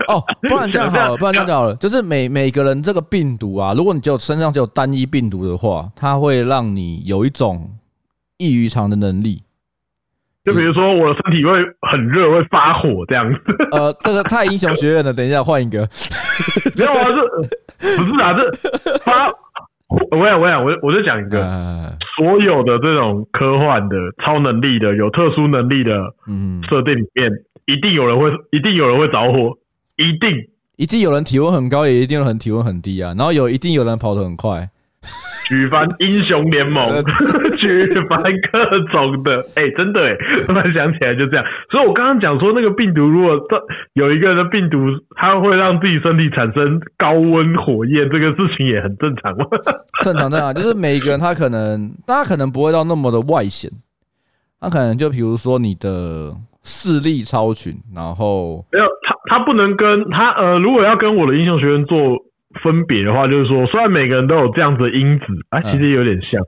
S1: 哦，不然这样好了，不然这样就好了。就是每每个人这个病毒啊，如果你只有身上只有单一病毒的话，它会让你有一种异于常的能力。
S2: 就比如说我的身体会很热，会发火这样子。
S1: 呃，这个太英雄学院了，等一下换一个。
S2: 没有啊，这不是啊，这发。我想，我想，我我就讲一个，
S1: 呃，
S2: 所有的这种科幻的、超能力的、有特殊能力的
S1: 嗯，
S2: 设定里面，一定有人会，一定有人会着火，一定。
S1: 一定有人体温很高，也一定有人体温很低啊。然后有一定有人跑得很快，
S2: 举凡英雄联盟
S1: 呃，
S2: 举凡各种的，哎、真的哎、突然想起来就这样。所以我刚刚讲说，那个病毒如果这有一个人的病毒，它会让自己身体产生高温火焰，这个事情也很正常嘛。
S1: 正常正常，就是每一个人他可能，大家可能不会到那么的外显，他可能就比如说你的视力超群，然后
S2: 没有，他他不能跟他呃，如果要跟我的英雄学院做分别的话，就是说，虽然每个人都有这样子的因子，啊，
S1: 嗯
S2: 其实也有点像，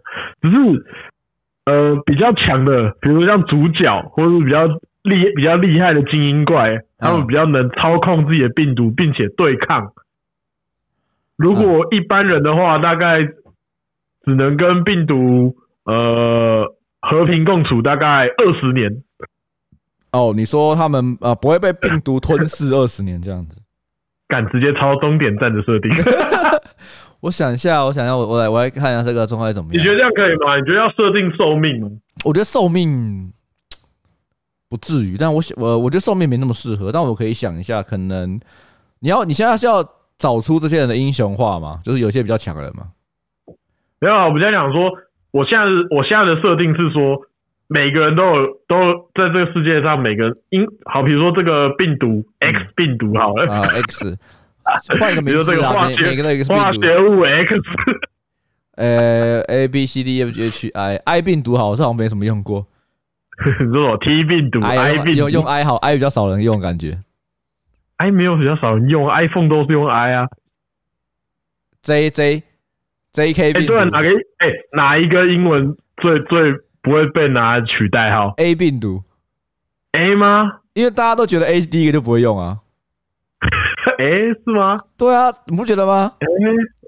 S2: 只是呃比较强的，比如像主角或者是比较厉比较厉害的精英怪，他们比较能操控自己的病毒，并且对抗。如果一般人的话，大概只能跟病毒呃和平共处大概二十年，
S1: 哦，你说他们呃不会被病毒吞噬二十年这样子。
S2: 敢直接超终点站的设定。
S1: 我想一下，我想一下，我我来我来看一下这个状态怎么
S2: 你觉
S1: 样。
S2: 得这样可以吗？你觉得要设定寿命吗？
S1: 我觉得寿命不至于，但我想我我觉得寿命没那么适合，但我可以想一下，可能你要你现在是要找出这些人的英雄化嘛，就是有些比较强的人嘛。
S2: 没有啊，我们在讲说，我现在我现在的设定是说，每个人都有都有在这个世界上，每个人因好，比如说这个病毒 X 病毒好了，
S1: 嗯啊、X，换一个
S2: 比
S1: 名
S2: 如说这
S1: 字
S2: 个
S1: 啦，
S2: 化
S1: 每
S2: 学
S1: 每个都有一个
S2: 化
S1: 病毒。
S2: 学物 X，
S1: 呃，A B C D E F G H I I 病毒好，这好像没什么用过。
S2: 你说什么 T 病毒
S1: I
S2: I
S1: 用
S2: 病
S1: 用用
S2: 毒
S1: I 好，I 比较少人用，感觉。
S2: ，I 没有比较少人用，iPhone 都是用 I 啊。
S1: J J J K
S2: 哎，
S1: 病
S2: 对啊，
S1: 毒
S2: 哪个哎哪一个英文最最不会被拿来取代号
S1: A 病毒，
S2: A 吗？
S1: 因为大家都觉得 A 第一个就不会用啊。
S2: 哎是吗？
S1: 对啊，你不觉得吗？
S2: 哎，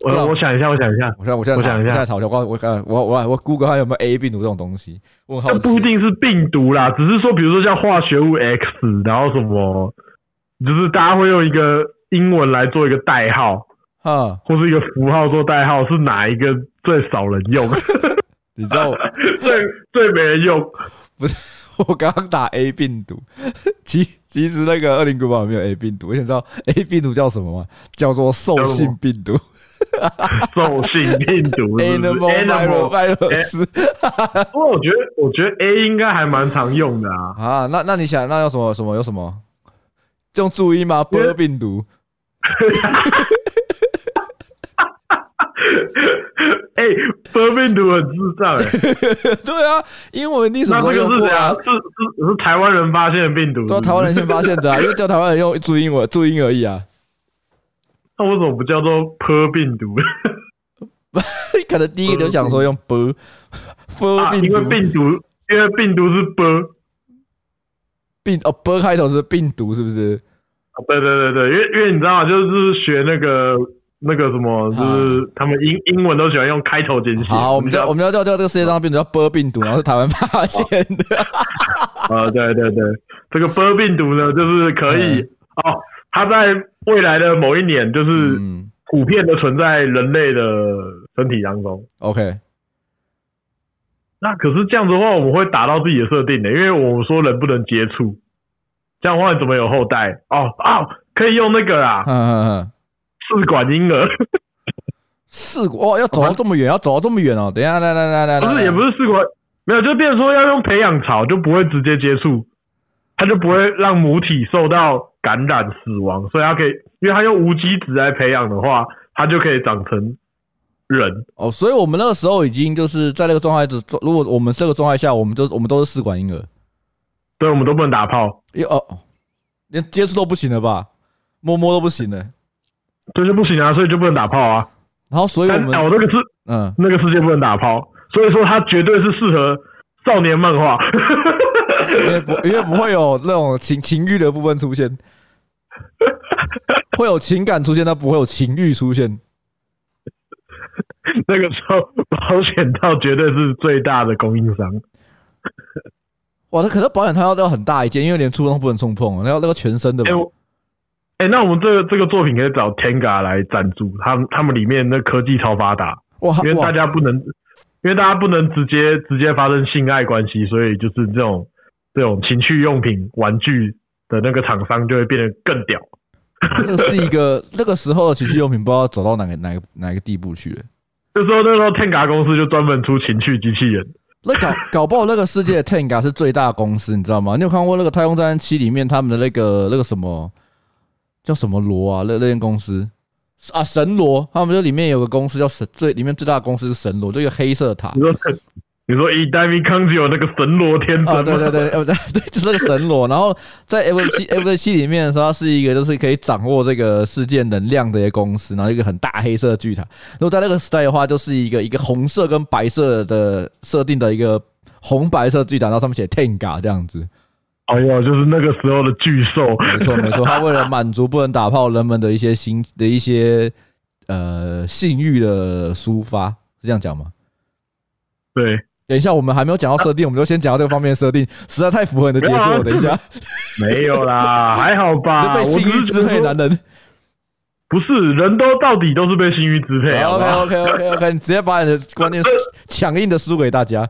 S1: 不知道
S2: 我我想一下，我想一下，
S1: 我现在我现在
S2: 我
S1: 查
S2: 想
S1: 我
S2: 一下
S1: 现在嘲笑我我看我我我 Google 看有没有 A 病毒这种东西，我很
S2: 那
S1: 好奇
S2: 不。一定是病毒啦，只是说，比如说像化学物 X，然后什么，就是大家会用一个英文来做一个代号，
S1: 哈，
S2: 或是一个符号做代号，是哪一个 最少人用，
S1: 你知道我
S2: 最最没人用？
S1: 不是？我刚刚打 A 病毒，其其实那个二零古堡没有 A 病毒，我想知道 A 病毒叫什么吗？叫做兽
S2: 叫什
S1: 性
S2: 么
S1: 病毒
S2: 兽性病毒是不是
S1: （Animal
S2: Animal
S1: Virus）
S2: 不过我觉得，我觉得 A 应该还蛮常用的啊。
S1: 啊。那那你想，那有什么什么有什么？用注音吗？
S2: 因为
S1: 波病毒
S2: 哎、得病毒很智障哎、
S1: 对啊，英文你什
S2: 那
S1: 么都
S2: 这
S1: 用
S2: 个是
S1: 过
S2: 谁啊？
S1: 啊？
S2: 是是是台湾人发现的病毒是不
S1: 都
S2: 是
S1: 台湾人先发现的 啊，因为叫台湾人用注音文注音而已啊。
S2: 那为什么不叫做泼病毒？
S1: 可能第一个就想说用波波
S2: 啊，
S1: 病
S2: 因为
S1: 毒
S2: 病毒，因为病毒是波。
S1: 病哦波开头是病毒是不 是？
S2: 啊对对对对，因为因为你知道吗，就是学那个那个什么，就是他们英英文都喜欢用开头简写。
S1: 好，我们叫我们要叫这个世界上的病毒叫波病
S2: 啊
S1: 毒，然后是台湾发现的。
S2: 呃，对对对，这个波病毒呢，就是可以、哦，它在未来的某一年，就是
S1: 嗯
S2: 普遍的存在人类的身体当中。
S1: ，OK，
S2: 那可是这样子的话，我们会打到自己的设定的，因为我们说人不能接触，这样的话怎么有后代？哦哦，可以用那个啦，
S1: 嗯嗯嗯，
S2: 试管婴儿，
S1: 四国哇，要走到这么远，要走到这么远哦。等一下，来来来来，
S2: 不
S1: 来
S2: 哦是也不，是试管，没有，就变成说要用培养槽，就不会直接接触，它就不会让母体受到感染死亡，所以它可以，因为它用无机质来培养的话，它就可以长成人。
S1: 哦，所以我们那个时候已经就是在那个状态之，如果我们这个状态下，我们都我们都是试管婴儿，
S2: 对，我们都不能打炮，
S1: 因为哦，连接触都不行了吧，摸摸都不行了。
S2: 这就不行啊，所以就不能打炮啊。
S1: 然后，所以我
S2: 但
S1: 们
S2: 哦，那个是
S1: 嗯，
S2: 那个世界不能打炮，所以说它绝对是适合少年漫画。
S1: 因为不因为不会有那种情情欲的部分出现，会有情感出现，但不会有情欲出现。
S2: 那个时候保险套绝对是最大的供应商。
S1: 哇，那可是保险套要要很大一件，因为连触碰都不能触碰，那要那个全身的吧
S2: 哎、。我哎、那我们这个这个作品可以找 Tenga 来赞助，他们他们里面那科技超发达，
S1: 哇
S2: 因为大
S1: 哇，
S2: 家不能，因为大家不能直接直接发生性爱关系，所以就是这种这种情趣用品玩具的那个厂商就会变得更屌。
S1: 那个是一个那个时候的情趣用品，不知道走到哪个哪个哪个地步去了。
S2: 这时候那时候 Tenga 公司就专门出情趣机器人。
S1: 那搞搞不好那个世界的 Tenga 是最大的公司，你知道吗？你有看过那个《太空战争七》里面他们的那个那个什么叫什么罗啊？那那间公司啊，神罗，他们就里面有个公司叫神，最里面最大的公司是神罗，就一个黑色的塔
S2: 你。说你说以戴维康吉有那个神罗 天尊
S1: 啊，
S2: 吗
S1: 对对对，呃， 对对，就是那个神罗。然后在 F 七 F 七里面的时候，它是一个就是可以掌握这个世界能量的一个公司，然后一个很大黑色的巨塔。如果在那个时代的话，就是一个一个红色跟白色的设定的一个红白色巨塔，然后上面写 Tenga 这样子。
S2: 哎呦，就是那个时候的巨兽，
S1: 没错没错，他为了满足不能打炮人们的一些心的一些呃性欲的抒发，是这样讲吗？
S2: 对，
S1: 等一下，我们还没有讲到设定，我们就先讲到这个方面的设定，实在太符合你的节
S2: 啊
S1: 奏了。等一 下，
S2: 没有啦，还好
S1: 这
S2: 吧，
S1: 被
S2: 啊我
S1: 性
S2: 只
S1: 欲
S2: 是
S1: 支配
S2: 觉得
S1: 男
S2: 说
S1: 人。
S2: 不是人都到底都是被性欲支配，好
S1: OK
S2: 吧？
S1: OK OK OK，你直接把你的观念强硬的输给大家。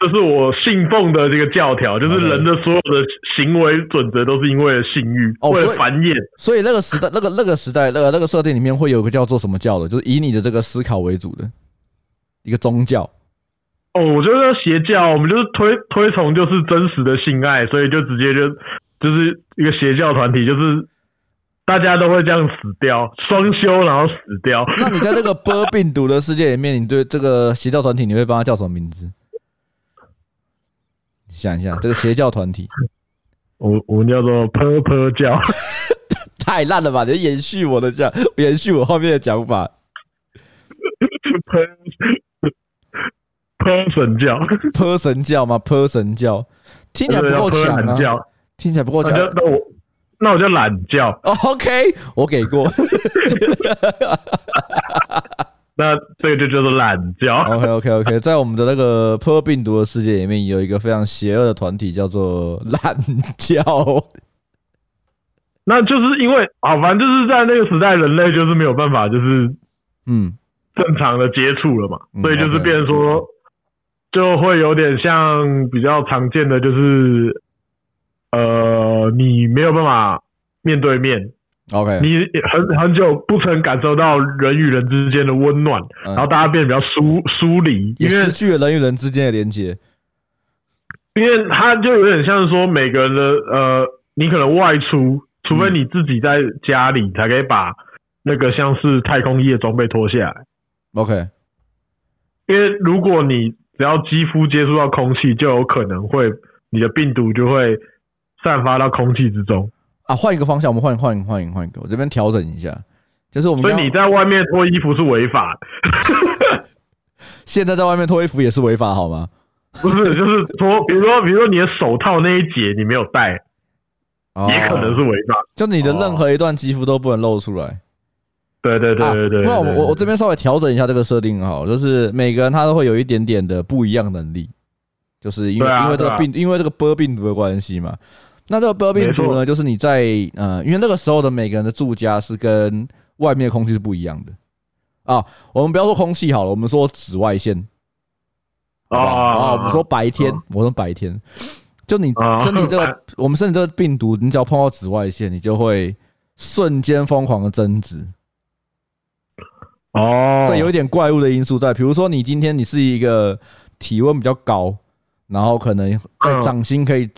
S2: 这是我信奉的这个教条，就是人的所有的行为准则都是因为了性欲，
S1: 哦
S2: 为了
S1: 所以
S2: 繁衍，
S1: 所以那个时代，那个那个时代，那个那个设定里面会有一个叫做什么教的，就是以你的这个思考为主的一个宗教。
S2: 哦，我觉得邪教，我们就是推推崇就是真实的性爱，所以就直接就就是一个邪教团体，就是大家都会这样死掉，双休然后死掉。
S1: 那你在这个 波病毒的世界里面，你对这个邪教团体，你会帮他叫什么名字？你想一下，这个邪教团体
S2: 我我们叫做泼泼教，
S1: 太烂了吧？你延续我的讲，延续我后面的讲法。
S2: 泼泼神教，
S1: 泼神教吗？泼神教听起来不够
S2: 泼
S1: 强
S2: 懒
S1: 啊，
S2: 教，
S1: 听起来不够
S2: 那
S1: 强。
S2: 就那我那我叫懒教，
S1: 哦 OK，我给过。
S2: 那这个就叫做懒 教。
S1: OK OK OK，在我们的那个泼病毒的世界里面，有一个非常邪恶的团体叫做烂教。
S2: 那就是因为啊，反正就是在那个时代，人类就是没有办法，就是
S1: 嗯，
S2: 正常的接触了嘛
S1: 嗯，
S2: 所以就是
S1: OK
S2: 变成说，就会有点像比较常见的，就是呃，你没有办法面对面，
S1: OK，
S2: 你很很久不曾感受到人与人之间的温暖，
S1: 嗯
S2: 然后大家变得比较疏疏离，
S1: 也
S2: 因为
S1: 失去了人与人之间的连接。
S2: 因为他就有点像是说每个人的呃，你可能外
S1: 嗯
S2: 出，除非你自己在家里才可以把那个像是太空衣的装备脱下来，
S1: OK，
S2: 因为如果你只要肌肤接触到空气，就有可能会你的病毒就会散发到空气之中，
S1: 啊，换一个方向，我们换换换一个换一个，我这边调整一下，就是我们
S2: 所以
S1: 刚
S2: 你在外面脱衣服是违法 的，
S1: 现在在外面脱衣服也是违法好吗？
S2: 不是就是脱，比如说比如说你的手套那一节你没有戴，也可能
S1: 哦，
S2: 是违法。
S1: 就你的任何一段肌肤都不能露出来。
S2: 对对对对对，
S1: 啊不然我我我这
S2: 边
S1: 边稍微调整一下这个设定好，就是每个人他都会有一点点的不一样能力，就是因为、
S2: 对啊
S1: 因为这个
S2: 对啊
S1: 病、因为这个波病毒的关系嘛。那这个波病毒呢，就是你在呃，因为那个时候的每个人的住家是跟外面的空气是不一样的啊。我们不要说空气好了，我们说紫外线
S2: 哦
S1: 好不好啊，
S2: 哦
S1: 我们说白天
S2: 哦，
S1: 我说白天，就你
S2: 哦
S1: 身体这 个，我们身体这个病毒，你只要碰到紫外线，你就会瞬间疯狂的增值。
S2: 哦，
S1: 这有一点怪物的因素在，比如说你今天你是一个体温比较高，然后可能在掌心可以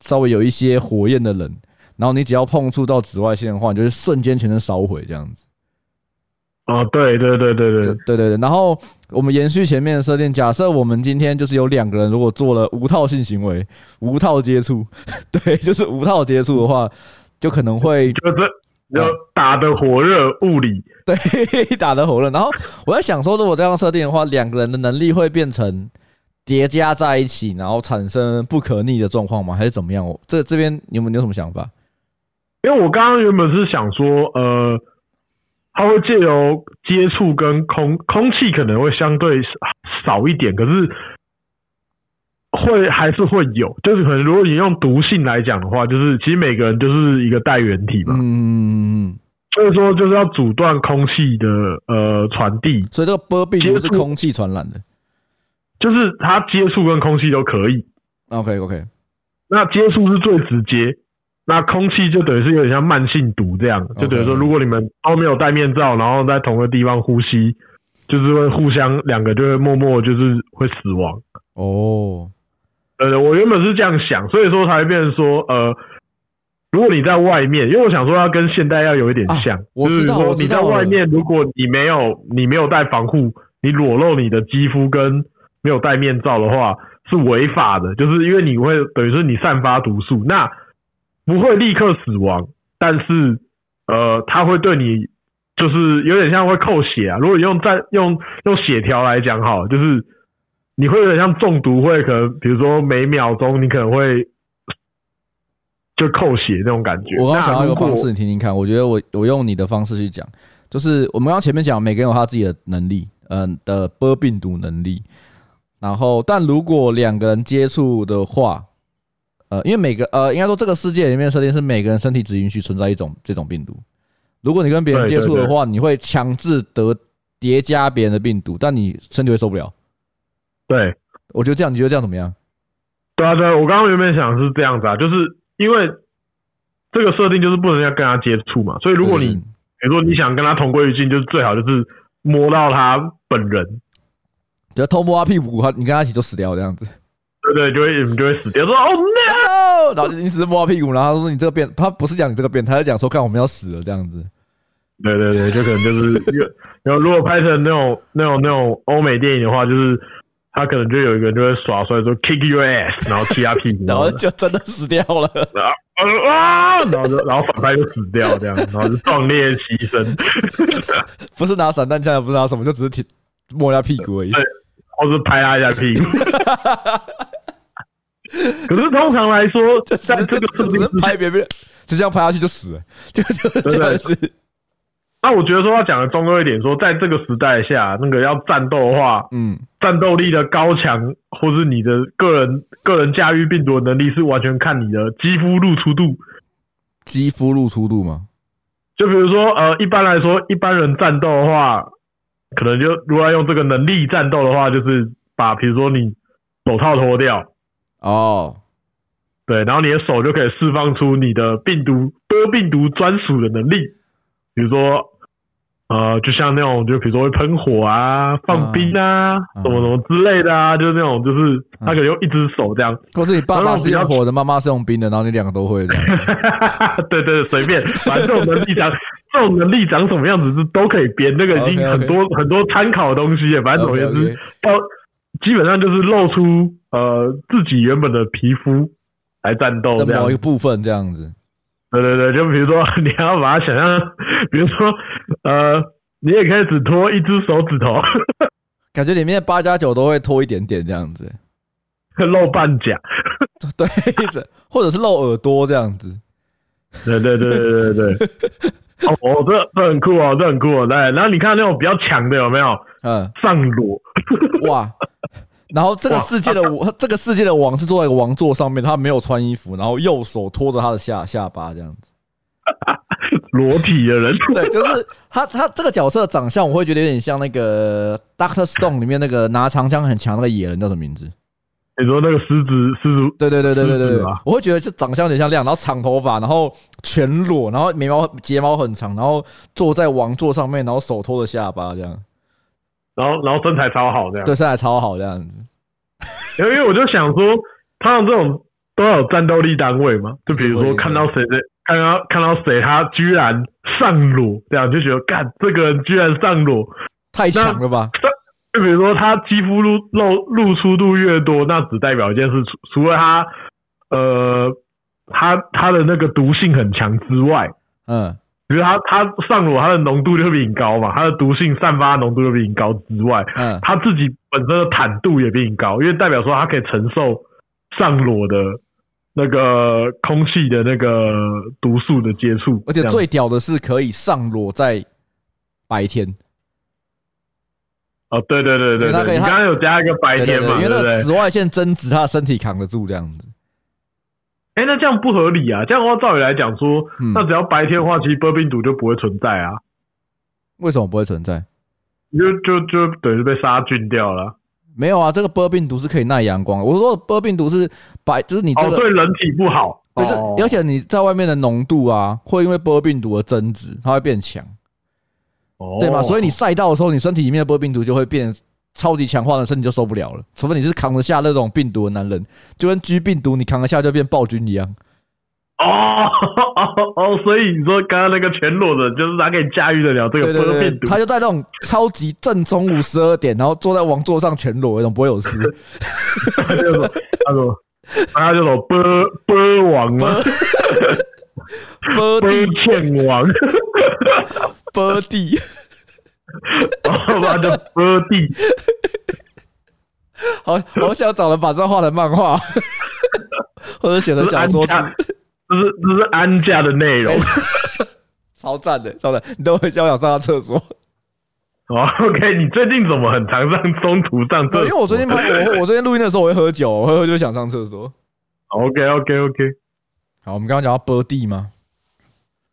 S1: 稍微有一些火焰的人，然后你只要碰触到紫外线的话，你就是瞬间全身烧毁这样子。
S2: 哦，对对对对
S1: 对
S2: 对，
S1: 对对对，然后我们延续前面的设定，假设我们今天就是有两个人如果做了无套性行为、无套接触， 对，就是无套接触的话，就可能会
S2: 就这就打的火热物理，
S1: 对，打得火热。然后我在想说，如果这样设定的话，两个人的能力会变成叠加在一起，然后产生不可逆的状况吗？还是怎么样？我这这边你们有什么想法？
S2: 因为我刚刚原本是想说，呃，它会借由接触跟空空气可能会相对少一点，可是会还是会有，就是可能如果你用毒性来讲的话，就是其实每个人就是一个带原体嘛，
S1: 嗯，
S2: 所以说就是要阻断空气的呃传递，
S1: 所以这个波并不是空气传染的。
S2: 就是它接触跟空气都可以，
S1: OK OK，
S2: 那接触是最直接，那空气就等于是有点像慢性毒这样，就等于说
S1: OK
S2: 如果你们都没有戴面罩，然后在同个地方呼吸，就是会互相两个就会默默就是会死亡。
S1: 哦，
S2: 呃，我原本是这样想，所以说才会变成说呃。如果你在外面，因为我想说要跟现代要有一点像，
S1: 啊我
S2: 就是
S1: 知道
S2: 说
S1: 我知
S2: 你在
S1: 道
S2: 外
S1: 了
S2: 面，如果你没有你没有戴防护，你裸露你的肌肤跟没有戴面罩的话是违法的，就是因为你会等于说你散发毒素，那不会立刻死亡，但是呃，它会对你就是有点像会扣血啊。如果用在用用血条来讲好了，就是你会有点像中毒，会可能比如说每秒钟你可能会就扣血那种感觉。
S1: 我刚刚
S2: 那
S1: 想到一
S2: 如
S1: 个
S2: 果
S1: 方式，你听听看。我觉得我我用你的方式去讲，就是我们刚刚前面讲，每个人有他自己的能力，嗯、的波病毒能力。然后，但如果两个人接触的话，呃，因为每个呃，应该说这个世界里面的设定是每个人身体只允许存在一种这种病毒。如果你跟别人
S2: 对
S1: 接
S2: 对
S1: 触的
S2: 对
S1: 话，你会强制得叠加别人的病毒，但你身体会受不了。
S2: 对
S1: 我觉得这样，你觉得这样怎么样？
S2: 对啊对啊，我刚刚原本想的是这样子啊，就是因为这个设定就是不能要跟他接触嘛，所以如果你
S1: 嗯
S2: 比如说你想跟他同归于尽，就是最好就是摸到他本人，
S1: 只要偷摸他屁股，他你跟他一起就死掉这样子。
S2: 对对，就会你们就会死掉，说哦 no，
S1: no，然后就临时摸他屁股，然后他说你这个变，他不是讲你这个变态，他是讲说看我们要死了这样子。
S2: 对对对，就可能就是 然后如果拍成那种那种那种欧美电影的话，就是他可能就有一个人就会耍帅说 kick your ass，然后踢他屁股，
S1: 然
S2: 然后
S1: 后就真的死掉了。
S2: 呃啊，然后就然后反派就死掉这样，然后就壮烈牺牲，
S1: 不是拿散弹枪，也不是拿什么，就只是挺摸人家屁股而已。
S2: 或是拍他一下屁 股。可是通常来说，
S1: 就只
S2: 在
S1: 是
S2: 这
S1: 就
S2: 个设
S1: 只
S2: 定
S1: 是
S2: 之
S1: 拍别人，就这样拍下去就死了，就就是这样子。
S2: 那我觉得说要讲的中二一点说，在这个时代下，那个要战斗的话，
S1: 嗯，
S2: 战斗力的高强，或是你的个人个人驾驭病毒的能力，是完全看你的肌肤露出度。
S1: 肌肤露出度嘛，
S2: 就比如说，呃，一般来说，一般人战斗的话，可能就如果要用这个能力战斗的话，就是把比如说你手套脱掉，
S1: 哦，
S2: 对，然后你的手就可以释放出你的病毒多病毒专属的能力，比如说，呃，就像那种就比如说会喷火啊、放冰啊、
S1: 嗯
S2: 什么什么之类的啊，就是那种就是他可能用一只手这样，
S1: 或是你爸爸是用火的，妈妈是用冰的，然后你两个都会 这样。
S2: 对对对，随 便，反正这种能力长这种能力长什么样子是都可以编，那个已经
S1: OK，OK
S2: 很多很多参考的东西了，反正总而言
S1: OK，OK
S2: 之，到基本上就是露出呃自己原本的皮肤来战斗
S1: 的
S2: 这样
S1: 某一。个部分这样子，
S2: 对对对，就比如说 你要把它想象，比如说呃，你也可以只脱一只手指头
S1: 感觉里面的八加九都会拖一点点这样子，
S2: 露半甲。
S1: 对，这或者是露耳朵这样子。
S2: 对对对对对 对。哦，哦这这很酷哦，这很酷哦。对，然后你看那种比较强的有没有
S1: 嗯，
S2: 上裸？
S1: 哇！然后这个世界的王， 这个世界的王是坐在一个王座上面，他没有穿衣服，然后右手托着他的下下巴这样子。
S2: 裸体的人，
S1: 对，就是他他这个角色的长相，我会觉得有点像那个《Doctor Stone》里面那个拿长枪很强那个野人叫什么名字？
S2: 你说那个狮子，狮子，
S1: 对对对对对嗯对
S2: 是
S1: 对
S2: 吧，
S1: 我会觉得这长相有点像亮，然后长头发，然后全裸，然后眉毛睫毛很长，然后坐在王座上面，然后手托着下巴这样，
S2: 然后然后身材超好这样。
S1: 对，身材超好这样子。
S2: 因为我就想说，他们这种都要有战斗力单位嘛，就比如
S1: 会
S2: 说
S1: 会
S2: 看到谁谁，看到看到谁他居然上裸，这样就觉得干这个人居然上裸，
S1: 太强了吧？
S2: 就比如说他肌肤露露露出度越多，那只代表一件事，除除了他呃他他的那个毒性很强之外，
S1: 嗯，
S2: 比如他他上裸他的浓度就比你高嘛，他的毒性散发的浓度就比你高之外，
S1: 嗯
S2: 他自己本身的坦度也比你高，因为代表说他可以承受上裸的那个空气的那个毒素的接触，
S1: 而且
S2: 这样
S1: 最屌的是可以上裸在白天，
S2: 哦，对对对对
S1: 因为他可以
S2: 对，你
S1: 他
S2: 刚刚有加一个白
S1: 对对
S2: 天
S1: 对，
S2: 嘛，
S1: 因为
S2: 对
S1: 那
S2: 不对
S1: 个？紫外线增值，他的身体扛得住这样子。
S2: 哎、那这样不合理啊！这样的话，照理来讲说，
S1: 嗯
S2: 那只要白天的话，其实波病毒就不会存在啊，
S1: 为什么不会存在？
S2: 你就就就等于被杀菌掉了。
S1: 没有啊，这个波病毒是可以耐阳光的。我说波病毒是白，就是你这
S2: 哦，
S1: 个
S2: 对人体不好。
S1: 对，
S2: 哦
S1: 就而且你在外面的浓度啊，会因为波病毒而增值，它会变强，
S2: 哦
S1: 对吗？所以你晒到的时候，你身体里面的波病毒就会变超级强化的，身体就受不了了。除非你是扛得下那种病毒的男人，就跟 G 病毒你扛得下就变暴君一样。
S2: 哦 哦哦，所以你说刚刚那个全裸的，就是他可以驾驭得了这
S1: 对
S2: 个
S1: 对
S2: 波
S1: 对
S2: 病
S1: 对，
S2: 毒。
S1: 他就在那种超级正中午十二点，然后坐在王座上全裸那种，不会有 事。
S2: 他就说，他说，他就说波波王吗？
S1: 波
S2: 波
S1: 地
S2: 欠王，
S1: 波地，
S2: 然后他就波 地。
S1: 好好想找人把这画成漫画， 或者写成
S2: 这是
S1: 小
S2: 安
S1: 说，
S2: 家，这是这是安家的 内容。
S1: 超赞的，超赞！你等我一下，我想上下厕所。
S2: 哦，OK，你最近怎么很常上中途上
S1: 对，
S2: 厕所？
S1: 因为我最近拍我我最近录音的时候我会喝酒，我喝喝就想上厕所。
S2: OK OK OK，
S1: 好，我们刚刚讲到波地吗？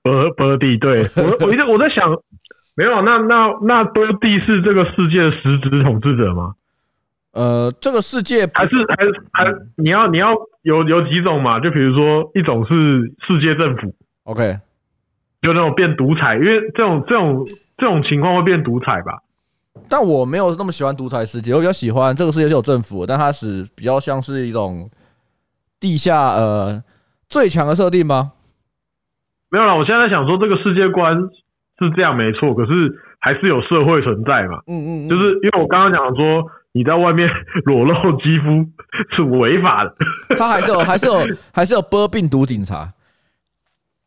S2: 波波 地对我我一直我在想，没有那那那波地是这个世界的实质统治者吗？
S1: 呃，这个世界
S2: 还是还是还你要你要有有几种嘛？就比如说一种是世界政府，
S1: OK，
S2: 就那种变独裁，因为这种这种这种情况会变独裁吧？
S1: 但我没有那么喜欢独裁世界，我比较喜欢这个世界是有政府的，但它是比较像是一种地下呃最强的设定吗？
S2: 没有啦，我现在在想说这个世界观是这样没错，可是还是有社会存在嘛？
S1: 嗯嗯，嗯
S2: 就是因为我刚刚讲说你在外面 裸露肌肤是违法的。
S1: 它还是 有还是有还是有波病毒警察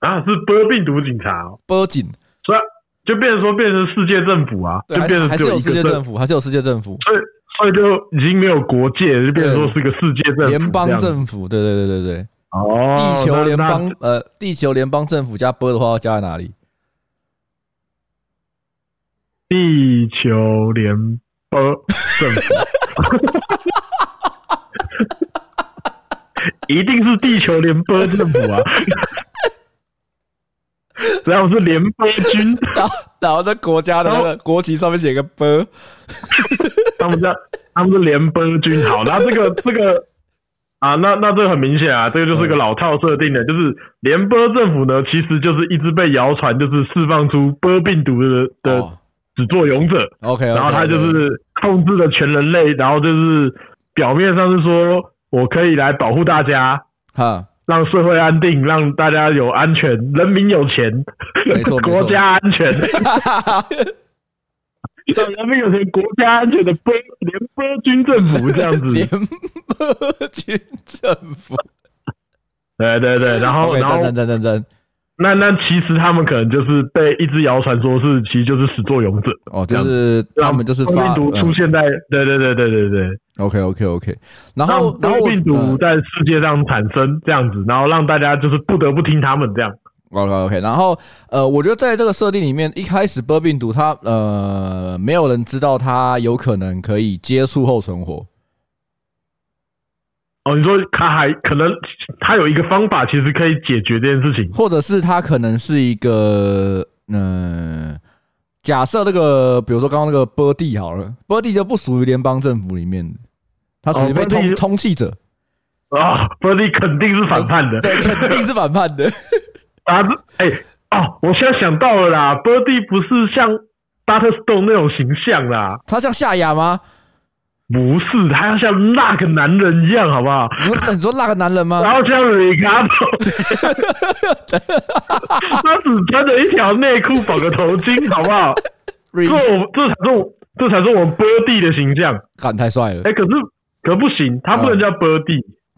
S2: 啊，是波病毒警察、哦，
S1: 波警，
S2: 所以就变成说变成世界政府啊，就
S1: 对，还
S2: 变
S1: 是
S2: 成
S1: 还
S2: 只
S1: 是有
S2: 一
S1: 世
S2: 个
S1: 界政
S2: 政，
S1: 府，还是有世界政府，
S2: 所以所以就已经没有国界了，就变成说是个世界政府，
S1: 联邦
S2: 这样
S1: 政府，对对对对对，
S2: 哦，
S1: 地球
S2: 那
S1: 联
S2: 那
S1: 邦呃地球联邦政府加波的话要加在哪里？
S2: 地球联邦政府， 一定是地球联邦政府啊， 只要是联播军，
S1: 然后然后在国家的那个国旗上面写个“波
S2: 他们叫他们是联播军。好，那这个这个啊，那那这个很明显啊，这个就是个老套设定的，就是联播政府呢，其实就是一直被谣传就是释放出波病毒的”的
S1: 哦
S2: 始作俑者，
S1: ，OK，
S2: 然后他就是控制了全人类，然后就是表面上是说我可以来保护大家，
S1: 哈，
S2: 让社会安定，让大家有安全，人民有钱
S1: 没错，没错，
S2: 国家安 全，让人民有钱，国家安全的波联波军政府这样
S1: 联
S2: 子，
S1: 合军政府。
S2: 对对对，然后
S1: OK，
S2: 然
S1: 赞
S2: 后
S1: 赞赞赞赞。
S2: 那那其实他们可能就是被一直谣传说是其实就是始作俑者，
S1: 哦，
S2: 这
S1: 就
S2: 样
S1: 是他们就是
S2: 让
S1: 发嗯
S2: 病毒出现在，对对对对对对，
S1: OK OK OK，然
S2: 让
S1: 后呃嗯然后
S2: 病毒在世界上产生这样子，然后让大家就是不得不听他们这样。
S1: OK OK，然后呃，我觉得在这个设定里面，一开始波病毒它呃没有人知道它有可能可以接触后存活，
S2: 哦，你说他还可能他有一个方法，其实可以解决这件事情。
S1: 或者是它可能是一个嗯、呃，假设那个比如说刚刚那个波地好了，波地就不属于联邦政府里面的，它属于
S2: 哦
S1: 被
S2: 波地
S1: 通
S2: 是
S1: 通气者，
S2: 啊、b u r d y 肯定是反叛的。
S1: 对， 肯定是反叛的。
S2: 啊，这哎、哦，我现在想到了啦 b u r d y 不是像 Butterstone 那种形象啦，
S1: 它像夏亚吗？
S2: 不是，他要像那个男人一样，好不好？
S1: 你说那你说那个男人吗？
S2: 然后 像 Ricardo，他只穿着一条内裤，绑个头巾，好不好？
S1: 瑞
S2: 这我这才是我这才是我们波弟的形象。
S1: 看太帅了
S2: 哎、，可是可不行，他不
S1: 啊
S2: 能叫波弟，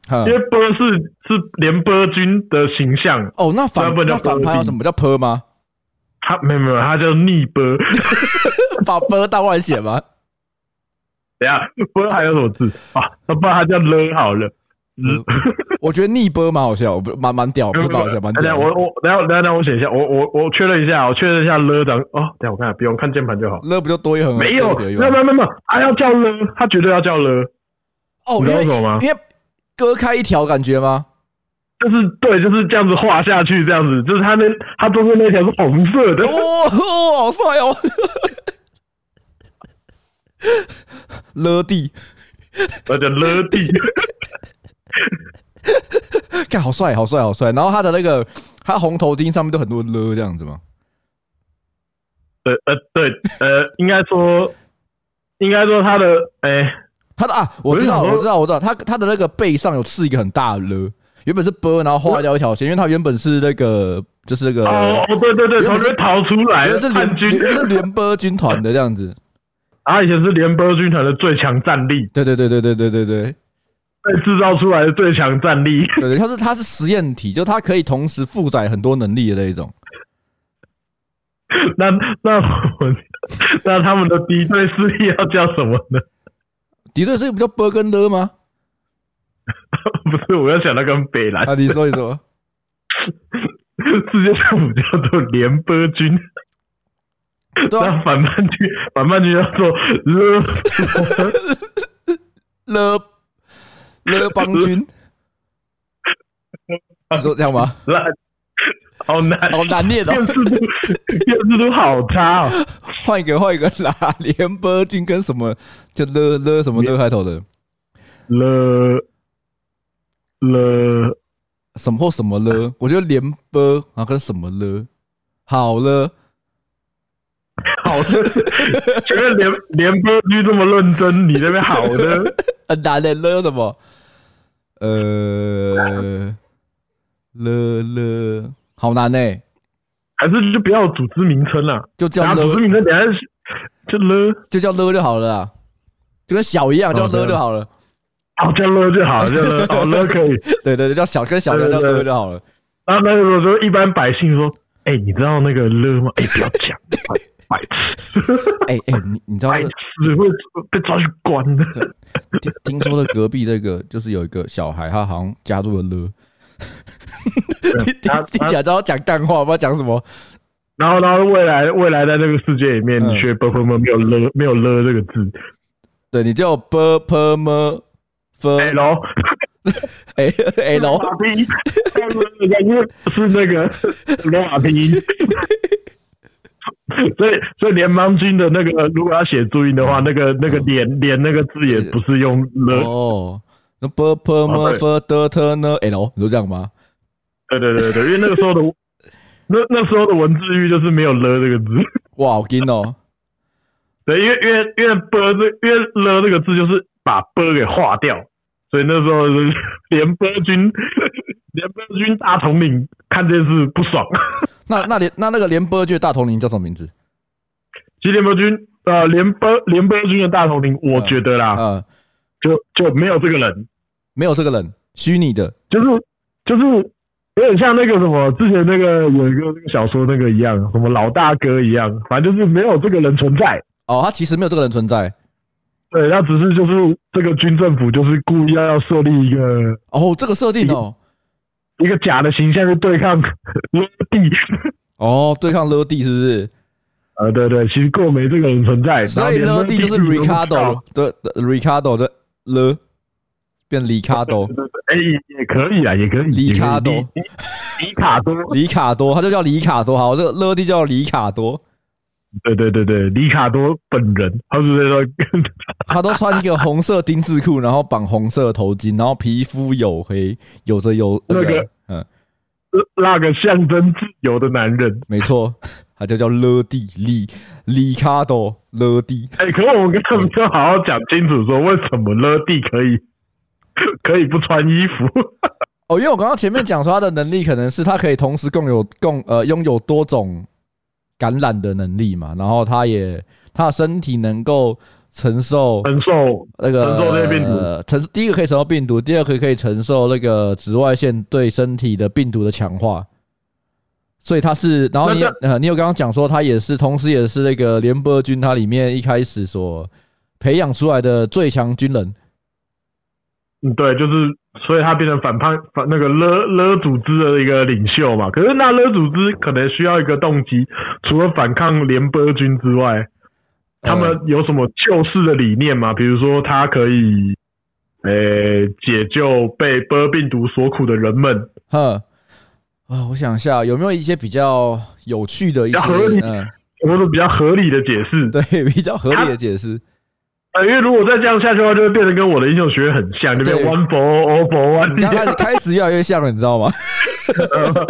S1: 哼
S2: 因为波是是联波军的形象，
S1: 哦，那反
S2: 不然不
S1: 那
S2: 能叫
S1: 反派要什么叫泼吗？
S2: 他没有没有，他叫逆波。
S1: 把泼当外写吗？
S2: 等一下波还有什么字啊？那不然他叫了好了。嗯，
S1: 我觉得逆波蛮好笑，不蛮蛮屌，不是蛮好笑，蛮
S2: 等一下
S1: 屌
S2: 哎我
S1: 的。
S2: 我等一下等一下等一下我写一下，我我我确认一下，我确认一下了长哦。等一下我看不用看键盘就好。
S1: 乐不就多一横？
S2: 没有，
S1: 嗯对
S2: 没
S1: 不对
S2: 有没有没有，他要叫了，他绝对要叫了。
S1: 哦，因
S2: 你知道
S1: 为
S2: 为什么吗
S1: 因为割开一条感觉 吗？
S2: 就是对，就是这样子画下去，这样子，就是他那他中间那条是红色的
S1: 哦，，哦好帅哦！ 勒地，
S2: 而且勒地，
S1: 看好帅，好帅，好帅。然后他的那个他红头巾上面都很多勒这样子吗？
S2: 呃呃对，呃应该说，应该说他的哎、
S1: 他的啊，我
S2: 我就
S1: 知道，
S2: 想说
S1: 我知道，我知道，他他的那个背上有刺一个很大的勒，原本是波，然后划掉一条线，因为他原本是那个就是那个
S2: 哦哦对对对，
S1: 原
S2: 从
S1: 本
S2: 里
S1: 是
S2: 面逃出来
S1: 原
S2: 了
S1: 来是，
S2: 叛
S1: 联
S2: 军，
S1: 原来是联波军团的这样子。
S2: 他以前是联邦军团的最强战力，
S1: 对对对对对对对对
S2: 被制造出来的最强战力，
S1: 对对，它是它是实验体，就它可以同时负载很多能力的那一种。
S2: 那那我们那他们的敌对势力要叫什么呢？
S1: 敌对是不叫波跟勒吗？
S2: 不是，我要想到跟北兰
S1: 啊，你说一说，
S2: 世界上我们叫做联邦军，
S1: 对
S2: 那
S1: 啊，
S2: 反叛军反叛军叫做勒
S1: 勒勒邦 军，你说这样吗？
S2: 烂，好难，
S1: 好难念哦
S2: 辨，识度辨识度好差哦。
S1: 换一个换一个 啦，联波军跟什么就勒勒什么勒开头的，
S2: 了了
S1: 什么或什么
S2: 啊
S1: 勒，我觉得联波然后跟什么勒，好了，
S2: 好的，觉得联联播剧这么认真，你这边好的，
S1: 很难的勒什么？呃，勒勒，好难呢、
S2: 还是就不要有组织名称了，
S1: 就叫
S2: 然后组织
S1: 勒，
S2: 名称等一下就了，
S1: 就叫勒就好了啦，就跟小一样，
S2: 哦
S1: 叫勒
S2: 对
S1: 就好了。
S2: 哦叫了就好，就了，哦了可以。
S1: 对对对，叫小跟小一样
S2: 对
S1: 叫
S2: 对对
S1: 勒就好了。
S2: 然后那个时候就一般百姓说，哎，你知道那个了吗？哎，不要讲，白 痴，
S1: 哎哎，你你知道
S2: 白
S1: 那个
S2: 痴会被抓去关的。
S1: 听听说了隔壁那个就是有一个小孩，他好像加入了勒。 听听
S2: 他
S1: 听起来知道讲干话，不知道讲什么。
S2: 然后，然后未来未来在这个世界里面，
S1: 嗯
S2: 你学 b u r 没有了没有了这个字
S1: 对，你叫 b p m f
S2: ，L
S1: A 哎 L
S2: 马屁，感觉是那个罗马拼音。所以，所以联邦军的那个，如果要写注音的话，那个那个连连那个字也不是用了，
S1: 哦，那 b p m
S2: 哦
S1: f d t n l，你都这样吗？
S2: 对对对对，因为那个时候的那那时候的文字狱就是没有了这个字，
S1: 哇，好劲 哦！
S2: 对，因为因为因为波这因为了这个字就是把波给划掉，所以那时候是 联邦军联邦军大统领看这件事不爽。
S1: 那那联那那个联播剧的大统领叫什么名字？
S2: 其实联邦军呃联邦联邦军的大统领，我觉得啦，
S1: 呃，
S2: 就就没有这个人，
S1: 没有这个人，虚拟的
S2: 就是就是有点像那个什么之前那个有一个那个小说那个一样，什么老大哥一样，反正就是没有这个人存在。
S1: 哦，他其实没有这个人存在。
S2: 对，那只是就是这个军政府就是故意要设立一个
S1: 哦，这个设定哦，
S2: 一个假的形象去对抗 勒地，
S1: 哦，对抗勒蒂是不是？
S2: 呃，对对，其实根本没这个人存在，然后
S1: 所以
S2: 连
S1: 勒蒂就是
S2: 都不知道
S1: Ricardo 的的 Ricardo 的了，变 Ricardo
S2: 对对对哎、也也可以啊，也可以，
S1: 里
S2: 也可以
S1: 卡多
S2: 里里里卡多，
S1: 里卡多，他就叫里卡多，好，这个勒蒂叫里卡多，
S2: 对对对对，里卡多本人，他是在说，
S1: 他都穿一个红色丁字裤，然后绑红色的头巾，然后皮肤黝黑，有着有
S2: 那个
S1: 嗯，
S2: 那个象征自由的男人。
S1: 没错，他就叫勒蒂里里卡多勒蒂，
S2: 哎、可是我们根本没有好好讲清楚，说为什么勒地可以可以不穿衣服？
S1: 哦，因为我刚刚前面讲说他的能力可能是他可以同时共有共呃拥有多种感染的能力嘛，然后他也他的身体能够承受
S2: 很瘦，
S1: 那个
S2: 承受这些病毒
S1: 呃承第一个可以承受病毒，第二个可以承受那个紫外线对身体的病毒的强化。所以他是，然后你也呃，你有刚刚讲说他也是，同时也是那个联邦军，他里面一开始所培养出来的最强军人，
S2: 嗯，对，就是，所以他变成反叛反那个勒勒组织的一个领袖嘛。可是那勒组织可能需要一个动机，除了反抗联邦军之外，他们
S1: 嗯
S2: 有什么救世的理念吗？比如说，他可以，呃、解救被波病毒所苦的人们，
S1: 哼，呃啊，我想一下，有没有一些比较有趣的一些，
S2: 比较合理
S1: 嗯，
S2: 或者比较合理的解释。
S1: 对，比较合理的解 释，
S2: 呃，因为如果再这样下去的话，就会变得跟我的英雄学院很像，就
S1: 对
S2: 变 one for all for
S1: 你刚开
S2: one。
S1: 始开始越来越像了，你知道吗？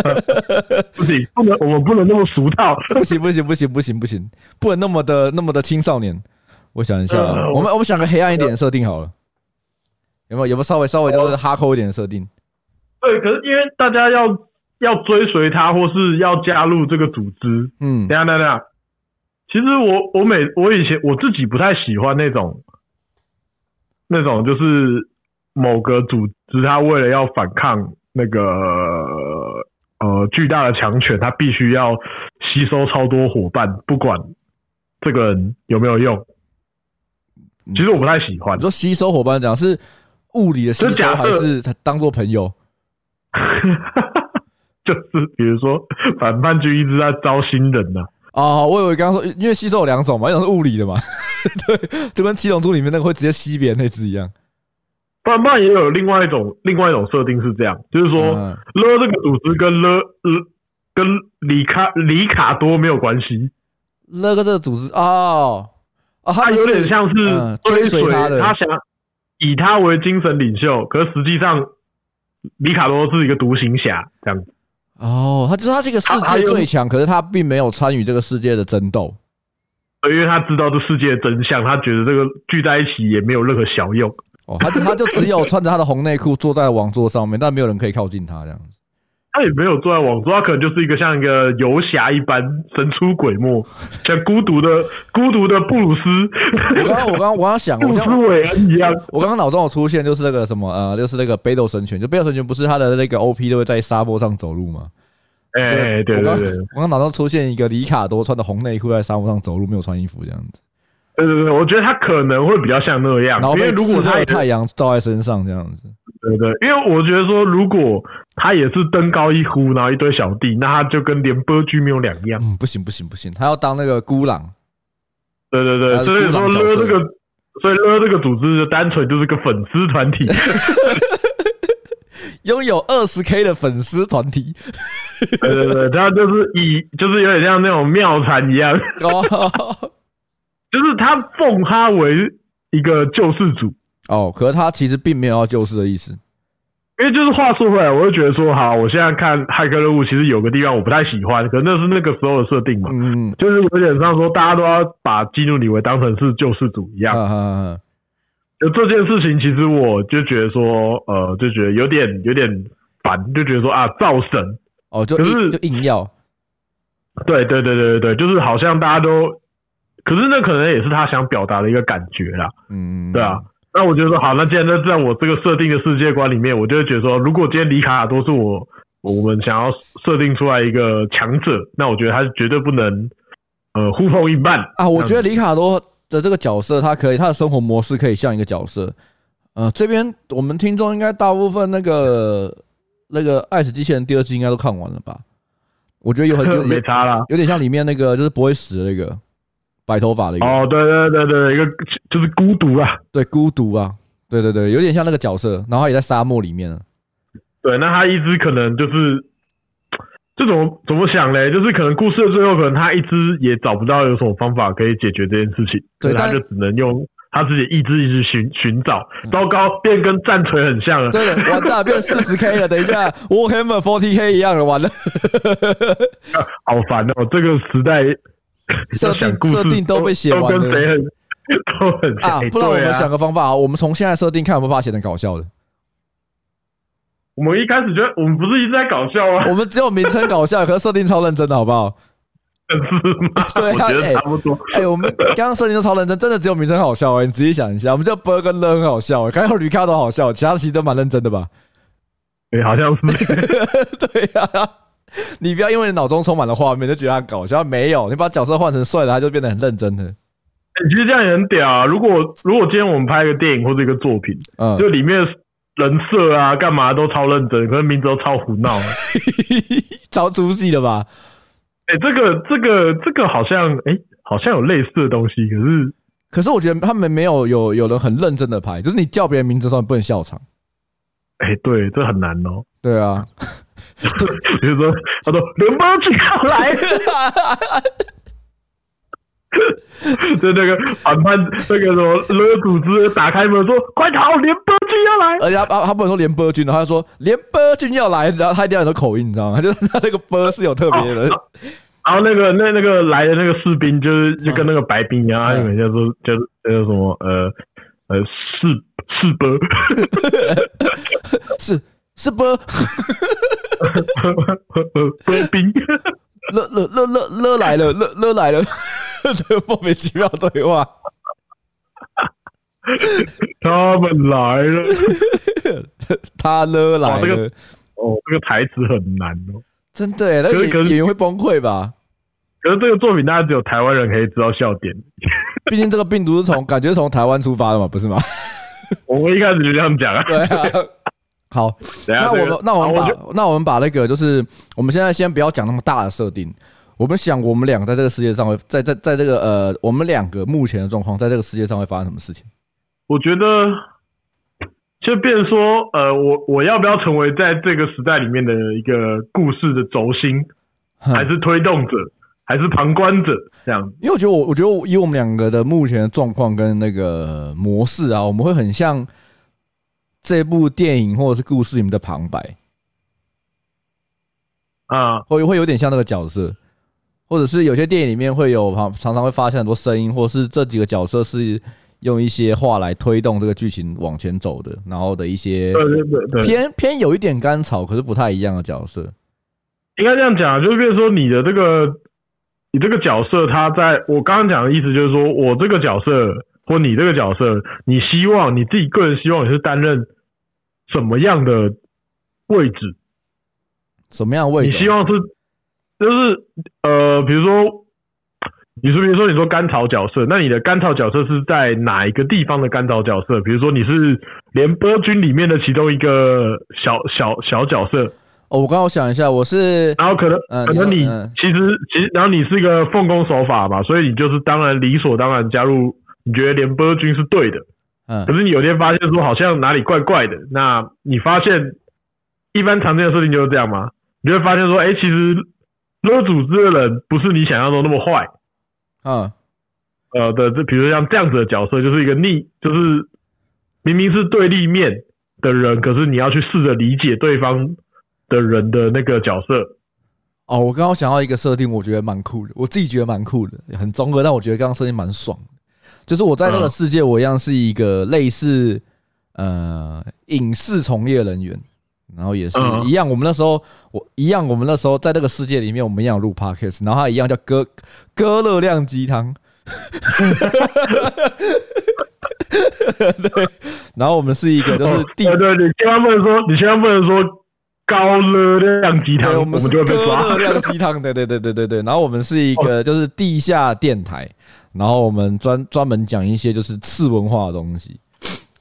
S2: 不行，不能，我们不能那么俗套。
S1: 不行，不行，不行，不行，不行，不能那么的那么的青少年。我想一下啊，
S2: 呃
S1: 我们我们想个黑暗一点的设定好了，有没有？有没有稍微稍微就是哈扣一点的设定？
S2: 对，可是因为大家要要追随他，或是要加入这个组织。
S1: 嗯
S2: 等一，下，等一下，其实我我每我以前我自己不太喜欢那种那种就是某个组织，他为了要反抗那个呃巨大的强权，他必须要吸收超多伙伴，不管这个人有没有用。其实我不太喜欢
S1: 嗯你，说吸收伙伴讲是物理的吸
S2: 就
S1: 收，
S2: 假设
S1: 还是他当做朋友？
S2: 就是比如说反叛军一直在招新人呐、啊
S1: 哦，我以为刚刚说，因为吸收有两种嘛，一种是物理的嘛， 对，就跟《七龙珠》里面那个会直接吸别人那只一样。
S2: 反叛也有另外一种另外一种设定是这样，就是说
S1: 嗯
S2: 勒这个组织跟勒勒跟里卡里卡多没有关系，
S1: 那个这个组织哦，哦，他
S2: 他
S1: 们
S2: 有
S1: 是
S2: 点像
S1: 嗯
S2: 是
S1: 追
S2: 随
S1: 随他的，
S2: 想以他为精神领袖，可是实际上里卡多是一个独行侠这样子。
S1: 哦，他就是他是一个世
S2: 他他
S1: 界
S2: 用
S1: 最强，可是他并没有参与这个世界的争斗。
S2: 因为他知道这世界的真相，他觉得这个聚在一起也没有任何小用。
S1: 哦，他就他就只有穿着他的红内裤坐在王座上面，但没有人可以靠近他这样子。
S2: 他也没有坐在网桌，他可能就是一个像一个游侠一般神出鬼没，像孤独的孤独的布鲁斯
S1: 我刚刚我刚刚我刚刚想，
S2: 布
S1: 我
S2: 鲁
S1: 像
S2: 斯韦恩一啊样。
S1: 我刚刚脑中有出现就是那个什么呃，就是那个北斗神拳，就北斗神拳不是他的那个 OP 都会在沙漠上走路吗？
S2: 哎、对
S1: 我
S2: 对
S1: 刚
S2: 对。
S1: 我刚脑中出现一个里卡多穿的红内裤在沙漠上走路，没有穿衣服这样子，
S2: 对对对，我觉得他可能会比较像那样
S1: 然，后
S2: 啊因为
S1: 被
S2: 如果
S1: 炙
S2: 他
S1: 热
S2: 也
S1: 太阳照在身上这样子。
S2: 对对，因为我觉得说，如果他也是登高一呼，然后一堆小弟，那他就跟连波居没有两样。
S1: 嗯，不行不行不行，他要当那个孤狼。
S2: 对对
S1: 他是
S2: 对，所以
S1: 呃孤
S2: 说
S1: 狼角
S2: 勒
S1: 色
S2: 这个，所以勒这个组织就单纯就是个粉丝团体，
S1: 拥有二十 K 的粉丝团体。
S2: 对对对，他就是以就是有点像那种妙禅一样，
S1: 哦
S2: 就是他奉他为一个救世主。
S1: 哦，可是他其实并没有要救世的意思。
S2: 因为就是话说回来，我就觉得说，好，我现在看《骇客任务》，其实有个地方我不太喜欢，可那是那个时候的设定嘛，
S1: 嗯，
S2: 就是有点像说大家都要把基努里维当成是救世主一样。
S1: 啊啊啊！
S2: 就这件事情，其实我就觉得说，呃，就觉得有点有点烦，就觉得说啊，造神，
S1: 哦，就
S2: 可
S1: 硬
S2: 是
S1: 就硬要
S2: 对对对对对对，就是好像大家都，可是那可能也是他想表达的一个感觉啦，
S1: 嗯，
S2: 对啊。那我觉得说好，那既然在在我这个设定的世界观里面，我就会觉得说，如果今天里卡尔多是我我们想要设定出来一个强者，那我觉得他绝对不能呃呼朋引伴
S1: 啊，我觉
S2: 得
S1: 得里卡多的这个角色，他可以，他的生活模式可以像一个角色。呃，这边我们听众应该大部分那个那个《爱死机器人》第二季应该都看完了吧？我觉 得有 很有
S2: 没
S1: 有
S2: 差啦。
S1: 有点像里面那个就是不会死的那个白头发的一个，
S2: 哦，对对对对，一个就是孤独啊。
S1: 对，孤独啊，对对对，有点像那个角色，然后他也在沙漠里面 啊。
S2: 对，那他一只可能就是这种怎么想嘞？就是可能故事的最后，可能他一只也找不到有什么方法可以解决这件事情，
S1: 对
S2: 所以他
S1: 但嗯
S2: 就只能用他自己意志一直寻寻找。糟糕，变跟战锤很像了。
S1: 对了，完蛋，变四十 K 了，等一下，Warhammer Forty K 一样了，完了，
S2: 好烦哦！这个时代
S1: 设定
S2: 要想故事
S1: 设定都被写完了
S2: 都跟谁很 都很
S1: 啊
S2: 谁！
S1: 不然我
S2: 对
S1: 们
S2: 啊
S1: 想个方法啊，我们从现在设定看有没有办法写成搞笑的。
S2: 我们一开始觉得我们不是一直在搞笑吗？
S1: 我们只有名称搞笑，可是设定超认真的，好不 好？
S2: 是吗？
S1: 对啊
S2: 我觉得差不多。
S1: 哎、我们刚刚设定都超认真，真的只有名称好笑哎、你仔细想一下，我们叫 Bird 跟 Learn 很好笑、还有 Ricardo 好笑，其他其实都蛮认真的 吧？
S2: 哎、好像是
S1: 对呀、你不要因为你脑中充满了画面就觉得他很搞笑，没有，你把角色换成帅的，他就变得很认真的。
S2: 其实这样也很屌啊！如果如果今天我们拍一个电影或者一个作品，
S1: 嗯
S2: 就，里面人设啊干嘛都超认真，可是名字都超胡 闹。
S1: 超出戏的吧？
S2: 哎、这个这个这个好像哎、好像有类似的东西，可是
S1: 可是我觉得他们没有有有人很认真的拍，就是你叫别人名字的时候你不能笑场。
S2: 哎、对，这很难哦。
S1: 对 啊，
S2: 比如说，他说联邦军要来了，就那个反叛那个什么勒组织打开门说快逃，联邦军要来。
S1: 而且他他他不能说连波军的，他就说连波军要来，然后他一定要有口音，你知道吗？ 他就是他那个波是有特别的。
S2: 然后那个那那个来的那个士兵就是就跟那个白兵一啊样，他
S1: 嗯
S2: 们叫做叫做叫做什么呃呃士士伯，
S1: 是是 波
S2: 波兵。
S1: 勒勒勒勒勒来了，勒勒来了， 这个莫名其妙的对话，
S2: 他们来了。
S1: 他勒来
S2: 哇这
S1: 了
S2: 个，哦，这个台词很难哦。
S1: 真的耶，那
S2: 可
S1: 个
S2: 是可
S1: 演
S2: 是
S1: 演员会崩溃吧？
S2: 可是这个作品，大家只有台湾人可以知道笑点。
S1: 毕竟这个病毒是从感觉是从台湾出发的嘛，不是吗？
S2: 我们一开始就这样讲啊。
S1: 对啊。好，
S2: 等一下
S1: 那我
S2: 这
S1: 们
S2: 个
S1: 那我们
S2: 好
S1: 把
S2: 就
S1: 那我们把那个就是我们现在先不要讲那么大的设定，我们想我们两个在这个世界上会在在在这个呃我们两个目前的状况在这个世界上会发生什么事情？
S2: 我觉得，就变成说，呃，我我要不要成为在这个时代里面的一个故事的轴心，
S1: 哼
S2: 还是推动者，还是旁观者？这样子
S1: 因为我觉得我，我觉得我以我们两个的目前的状况跟那个模式啊，我们会很像这部电影或者是故事里面的旁白，
S2: 啊，
S1: 会会有点像那个角色，或者是有些电影里面会有旁常常会发现很多声音，或是这几个角色是用一些话来推动这个剧情往前走的，然后的一些
S2: 对对对对，
S1: 偏偏有一点甘草，可是不太一样的角色。
S2: 应该这样讲，啊就是变成说你的这个，你这个角色，他在我刚刚讲的意思就是说，我这个角色或你这个角色，你希望你自己个人希望你是担任什么样的位置？
S1: 什么样的位
S2: 你
S1: 置？
S2: 希望是，就是呃，比如说，你是比如说你说甘草角色，那你的甘草角色是在哪一个地方的甘草角色？比如说你是联播军里面的其中一个小小小角色，
S1: 哦，我刚刚想一下，我是
S2: 然后可能、
S1: 嗯
S2: 可能
S1: 你
S2: 你
S1: 说嗯
S2: 其实其实然后你是一个奉公守法嘛，所以你就是当然理所当然加入，你觉得联播军是对的，
S1: 嗯
S2: 可是你有一天发现说好像哪里怪怪的，那你发现一般常见的设定就是这样嘛，你就会发现说，哎、其实勒组织的人不是你想象中那么坏，
S1: 嗯，
S2: 呃的，这比如像这样子的角色，就是一个逆，就是明明是对立面的人，可是你要去试着理解对方的人的那个角色。
S1: 哦，我刚刚想到一个设定，我觉得蛮酷的，我自己觉得蛮酷的，很综合，但我觉得刚刚设定蛮爽的就是我在那个
S2: 嗯
S1: 世界，我一样是一个类似呃影视从业人员，然后也是
S2: 嗯
S1: 一样。我们那时候，我一样，我们那时候在那个世界里面，我们一样有录 podcast，然后它一样叫哥哥热量鸡 汤。对，然后我们是一个就是地
S2: 哦对对，你千万不能说，你千万不能说高热量鸡汤，
S1: 对，
S2: 我
S1: 我们是
S2: 就会被抓。哦
S1: 哥热 量鸡汤，对对对对对对。然后我们是一个就是地下电台，然后我们专专门讲一些就是次文化的东西。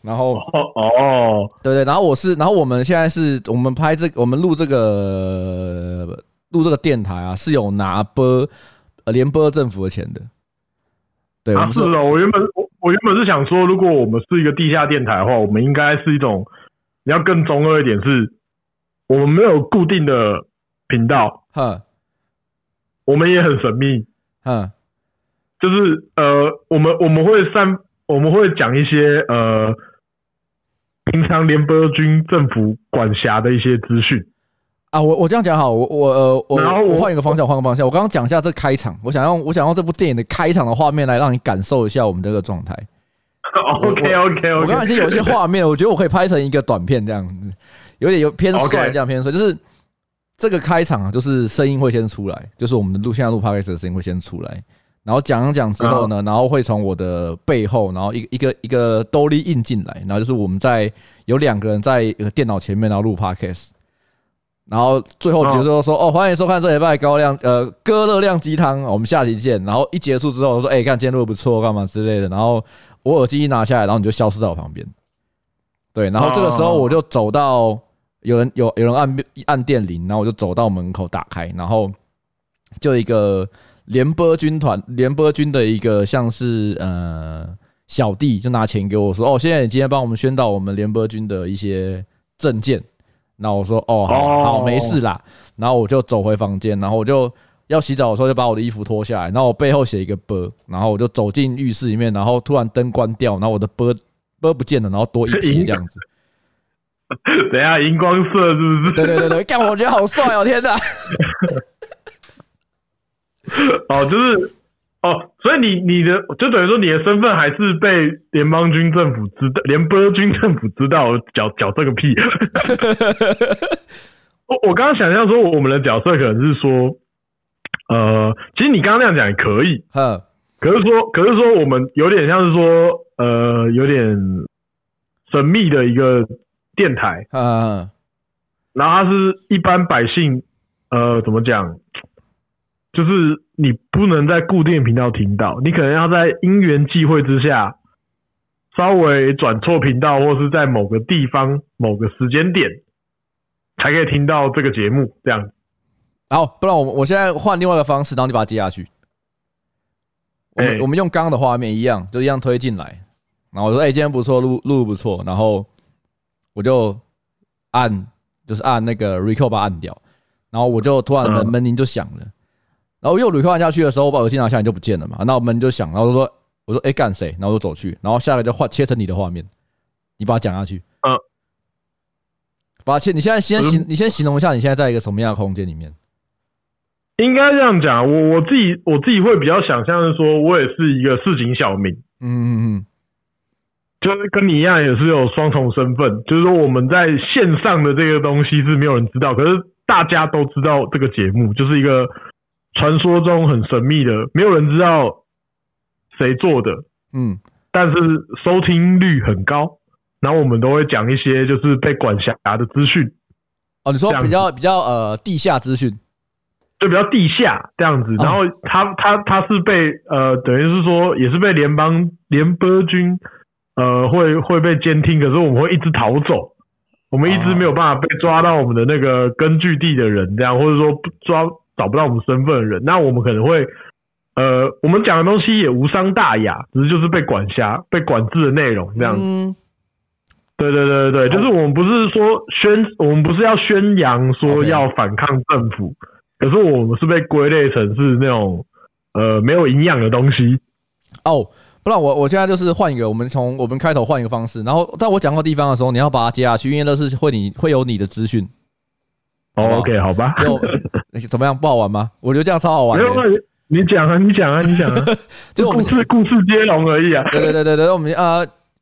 S1: 然后
S2: 哦哦，
S1: 对对，然后我是，然后我们现在是我们拍这个，我们录这个呃录这个电台啊，是有拿波呃联波政府的钱的。对，我
S2: 啊
S1: 们
S2: 是
S1: 是
S2: 哦，我原本我我原本是想说，如果我们是一个地下电台的话，我们应该是一种，你要更中二一点是，我们没有固定的频道，
S1: 哼
S2: 我们也很神秘，
S1: 哼
S2: 就是呃，我们我们会散，我们会讲一些呃，平常联邦军政府管辖的一些资 讯。
S1: 啊，我我这样讲好，我我呃我
S2: 然后我
S1: 我换一个方向，我换个方向。我刚刚讲一下这开场，我想用我想用这部电影的开场的画面来让你感受一下我们这个状态。
S2: OK OK
S1: 我
S2: OK，
S1: 刚才已经有一些画面，我觉得我可以拍成一个短片这样子，有点有偏帅
S2: OK
S1: 这样偏帅，就是这个开场啊，就是声音会先出来，就是我们的录现在录 podcast 的声音会先出来，然后讲一讲之后呢，然后会从我的背后，然后一个一个一个兜里印进来，然后就是我们在有两个人在呃电脑前面，然后录 podcast。然后最后结束说：“哦，欢迎收看这礼拜的高亮呃哥热量鸡汤，我们下期见。”然后一结束之后我说：“哎、看今天录的不错，干嘛之类的。”然后我耳机一拿下来，然后你就消失在我旁边。对，然后这个时候我就走到有人有有人按按电铃，然后我就走到门口打开，然后就一个联播军团联播军的一个像是呃小弟就拿钱给我说：“哦，谢谢你今天帮我们宣导我们联播军的一些证件。”那我说：“哦，好
S2: 哦
S1: 好没事啦。”然后我就走回房间，然后我就要洗澡的时候就把我的衣服脱下来，然后我背后写一个波，然后我就走进浴室里面，然后突然灯关掉，然后我的波波不见了，然后多一批这样子。
S2: 等一下荧光色是不是？
S1: 对对对对，干我觉得好帅哦！天哪，
S2: 哦，就是哦，所以你你的就等于说你的身份还是被联邦军政府知道，联邦军政府知道角角这个屁。 我我刚刚想象说，我们的角色可能是说，呃，其实你刚刚那样讲也可以，
S1: 哼，
S2: 可是说，可是说，我们有点像是说，呃，有点神秘的一个电台，
S1: 嗯，
S2: 然后它是一般百姓，呃，怎么讲，就是你不能在固定频道听到，你可能要在因缘际会之下，稍微转错频道，或是在某个地方、某个时间点，才可以听到这个节目。这样，
S1: 好，不然我们我现在换另外一个方式，然后你把它接下去。我们、
S2: 哎
S1: 我们用刚刚的画面一样，就一样推进来。然后我说：“哎、今天不错，录录得不错。”然后我就按，就是按那个 record 把它按掉。然后我就突然门
S2: 嗯
S1: 门铃就响了。然后又 record 按下去的时候，我把耳机拿下来就不见了嘛。那我门就响，然后我就说：“我说哎干谁？”然后我就走去，然后下来就换切成你的画面，你把它讲下去。
S2: 嗯，
S1: 把它切。你现在先形
S2: 嗯，
S1: 你先形容一下你现在在一个什么样的空间里面？
S2: 应该这样讲，我我自己我自己会比较想象是说，我也是一个市井小民。
S1: 嗯嗯
S2: 就是跟你一样，也是有双重身份，就是说我们在线上的这个东西是没有人知道，可是大家都知道这个节目，就是一个传说中很神秘的，没有人知道谁做的，
S1: 嗯
S2: 但是收听率很高。然后我们都会讲一些就是被管辖的资讯，
S1: 哦，你说
S2: 这样
S1: 比较比较呃地下资讯，
S2: 就比较地下这样子。然后他他他是被呃，等于是说也是被联邦联邦军呃会会被监听，可是我们会一直逃走，我们一直
S1: 哦
S2: 没有办法被抓到我们的那个根据地的人，这样或者说不抓找不到我们身份的人，那我们可能会。呃，我们讲的东西也无伤大雅，只是就是被管辖、被管制的内容这样子。
S1: 嗯，
S2: 对对对对对，就是我们不是说宣，我们不是要宣扬说
S1: OK
S2: 要反抗政府，可是我们是被归类成是那种呃没有营养的东西。
S1: 哦，不然我我现在就是换一个，我们从我们开头换一个方式，然后在我讲到地方的时候，你要把它接下去，因为那是会你会有你的资讯，好不
S2: 哦
S1: 好
S2: OK，好吧，
S1: 就哎怎么样不好玩吗？我觉得这样超好玩
S2: 没有
S1: 的，
S2: 问题。你讲啊，你讲啊，你讲啊，
S1: 就是我
S2: 故
S1: 们
S2: 事故事接龙而已啊。
S1: 对对对对对，我们啊，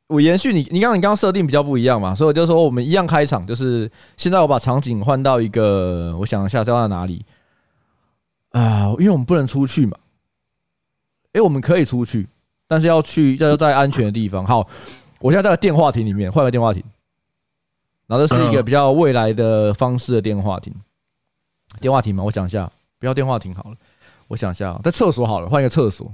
S1: 我延续你，你刚刚你刚刚设定比较不一样嘛，所以我就说我们一样开场，就是现在我把场景换到一个，我想一下是要到哪里啊、因为我们不能出去嘛，哎，我们可以出去，但是要去要在安全的地方。好，我现在在电话亭里面换个电话亭，然后这是一个
S2: 嗯
S1: 比较未来的方式的电话亭，电话亭嘛，我想一下，不要电话亭好了，我想一下，啊在厕所好了，换一个厕所。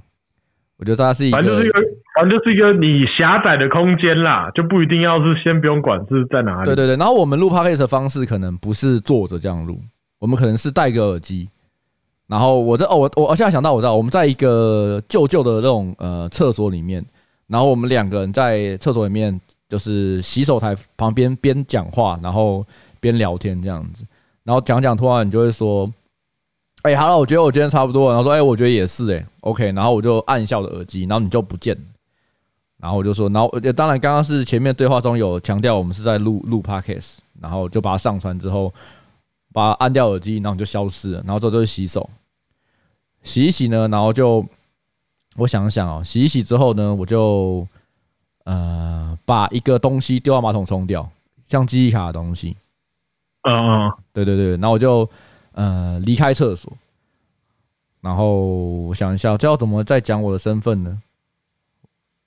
S1: 我觉得它是一个，
S2: 反正就是一个，反正就是一个你狭窄的空间啦，就不一定要是先不用管是在哪里。
S1: 对对对，然后我们录 podcast 的方式可能不是坐着这样录，我们可能是戴个耳机。然后我这哦，我我我现在想到我知道，我们在一个旧旧的那种呃厕所里面，然后我们两个人在厕所里面就是洗手台旁边边讲话，然后边聊天这样子，然后讲讲突然你就会说，哎、好了，我觉得我今天差不多了，然后说哎、我觉得也是哎、o k 然后我就按一下我的耳机，然后你就不见了。然后我就说，然后呃当然刚刚是前面对话中有强调我们是在录录 podcast，然后就把它上传之后，把它按掉耳机，然后你就消失了，然后之后就是洗手，洗一洗呢，然后就我想一想哦，洗一洗之后呢，我就呃把一个东西丢到马桶冲掉，像记忆卡的东西，
S2: 嗯，嗯
S1: 对对对，然后我就呃离开厕所，然后我想一下，这要怎么再讲我的身份呢？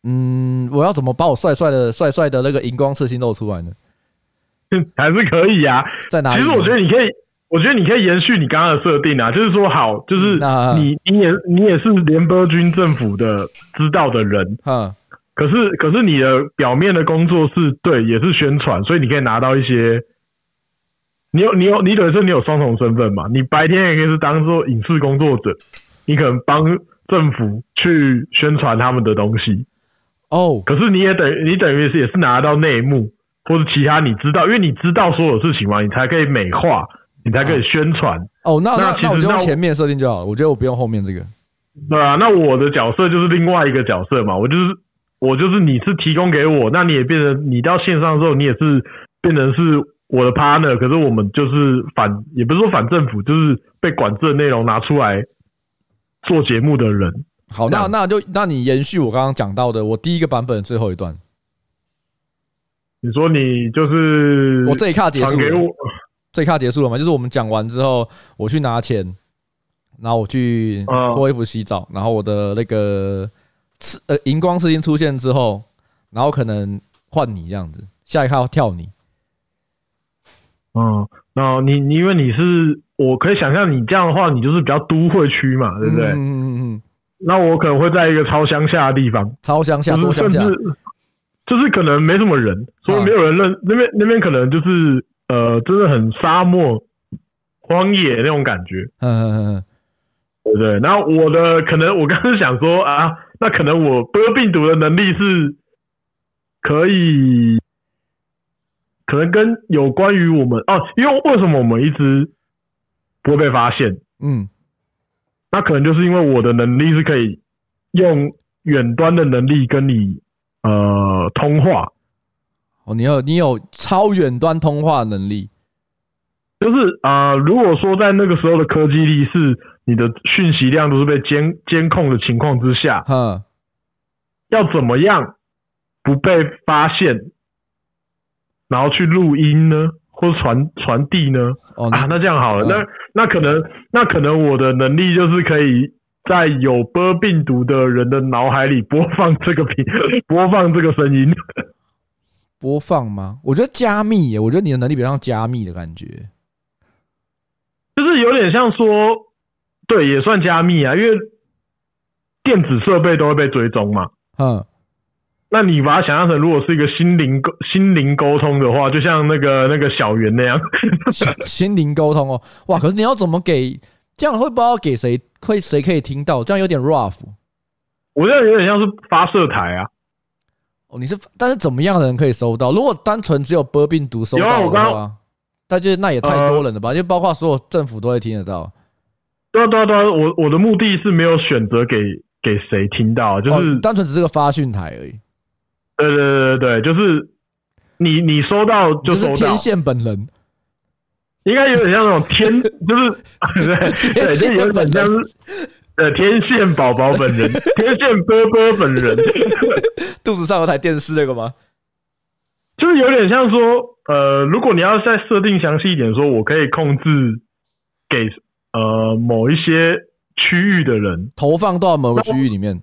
S1: 嗯，我要怎么把我帅帅的帅帅的那个荧光刺青露出来呢？
S2: 嗯， 还是可以啊。
S1: 在哪
S2: 其
S1: 里呢？
S2: 实我觉得你可以，我觉得你可以延续你刚刚的设定啊，就是说好，就是
S1: 那
S2: 你你也你也是联邦军政府的知道的人，
S1: 嗯，
S2: 可是可是你的表面的工作是对，也是宣传，所以你可以拿到一些。你有你有你等于是你有双重身份嘛？你白天也可以是当做影视工作者，你可能帮政府去宣传他们的东西，
S1: 哦，
S2: 可是你也等于你等于是也是拿到内幕或者其他你知道，因为你知道所有事情嘛，你才可以美化，你才可以宣传，
S1: 哦，那
S2: 那
S1: 那
S2: 其实
S1: 那我就
S2: 那
S1: 用
S2: 我
S1: 前面设定就好了，我觉得我不用后面这个。
S2: 对啊，那我的角色就是另外一个角色嘛，我就是我就是你是提供给我，那你也变成你到线上之后，你也是变成是我的 partner，可是我们就是反，也不是说反政府，就是被管制的内容拿出来做节目的人。
S1: 好，
S2: 这
S1: 那
S2: 样
S1: 那就那你延续我刚刚讲到的，我第一个版本的最后一段，
S2: 你说你就是
S1: 我这一卡结
S2: 传
S1: 束
S2: 给
S1: 了，
S2: 我，
S1: 这一卡结束了嘛？就是我们讲完之后，我去拿钱，然后我去
S2: 嗯
S1: 脱衣服洗澡，然后我的那个刺呃荧光事情出现之后，然后可能换你这样子，下一卡跳你，
S2: 嗯，然后你你因为你是，我可以想象你这样的话，你就是比较都会区嘛，对不对？
S1: 嗯嗯嗯嗯，
S2: 那我可能会在一个超乡下的地方，
S1: 超乡下
S2: 就
S1: 多
S2: 是
S1: 乡
S2: 甚
S1: 下，
S2: 至就是可能没什么人，所以
S1: 啊
S2: 没有人认、那边那边可能就是呃，真的很沙漠、荒野那种感觉，
S1: 嗯嗯嗯
S2: 对不对？然后我的可能我刚刚想说啊，那可能我播病毒的能力是可以，可能跟有关于我们哦，因为为什么我们一直不会被发现？
S1: 嗯
S2: 那可能就是因为我的能力是可以用远端的能力跟你呃通话，
S1: 哦，你有你有超远端通话能力，
S2: 就是啊、呃如果说在那个时候的科技力是你的讯息量都是被监监控的情况之下，
S1: 哼，
S2: 要怎么样不被发现，然后去录音呢，或是传传递呢？
S1: 哦，
S2: 啊，
S1: 你
S2: 那这样好了，
S1: 嗯
S2: 那那可能那可能我的能力就是可以在有播病毒的人的脑海里播放这个 频，播放这个声音。
S1: 播放吗？我觉得加密耶，我觉得你的能力比较像加密的感觉，
S2: 就是有点像说，对，也算加密啊，因为电子设备都会被追踪嘛。
S1: 哼，
S2: 那你把它想象成，如果是一个心灵沟心灵沟通的话，就像那个那个小圆那样，
S1: 心心灵沟通哦，哇！可是你要怎么给？这样会不知道给谁，会谁可以听到？这样有点 rough
S2: 我觉得有点像是发射台啊，
S1: 哦，你是，但是怎么样的人可以收到？如果单纯只有波病毒收
S2: 有啊
S1: 到
S2: 我
S1: 的
S2: 刚
S1: 话，那就那也太多人了吧？就包括所有政府都会听得到。
S2: 对啊对啊对啊，我我的目的是没有选择给给谁听到，啊就
S1: 哦
S2: 是、
S1: 单纯只是个发讯台而已，
S2: 对对对对对，就是你你收到就
S1: 你
S2: 收
S1: 是
S2: 到
S1: 天，线本人。
S2: 应该有点像那种天， 就 是对对，就有点像是呃天线宝宝本 人，天线波波本人，
S1: 肚子上有台电视那个吗？
S2: 就是有点像说呃，如果你要再设定详细一点，说我可以控制给呃某一些区域的人，
S1: 投放到某个区域里面，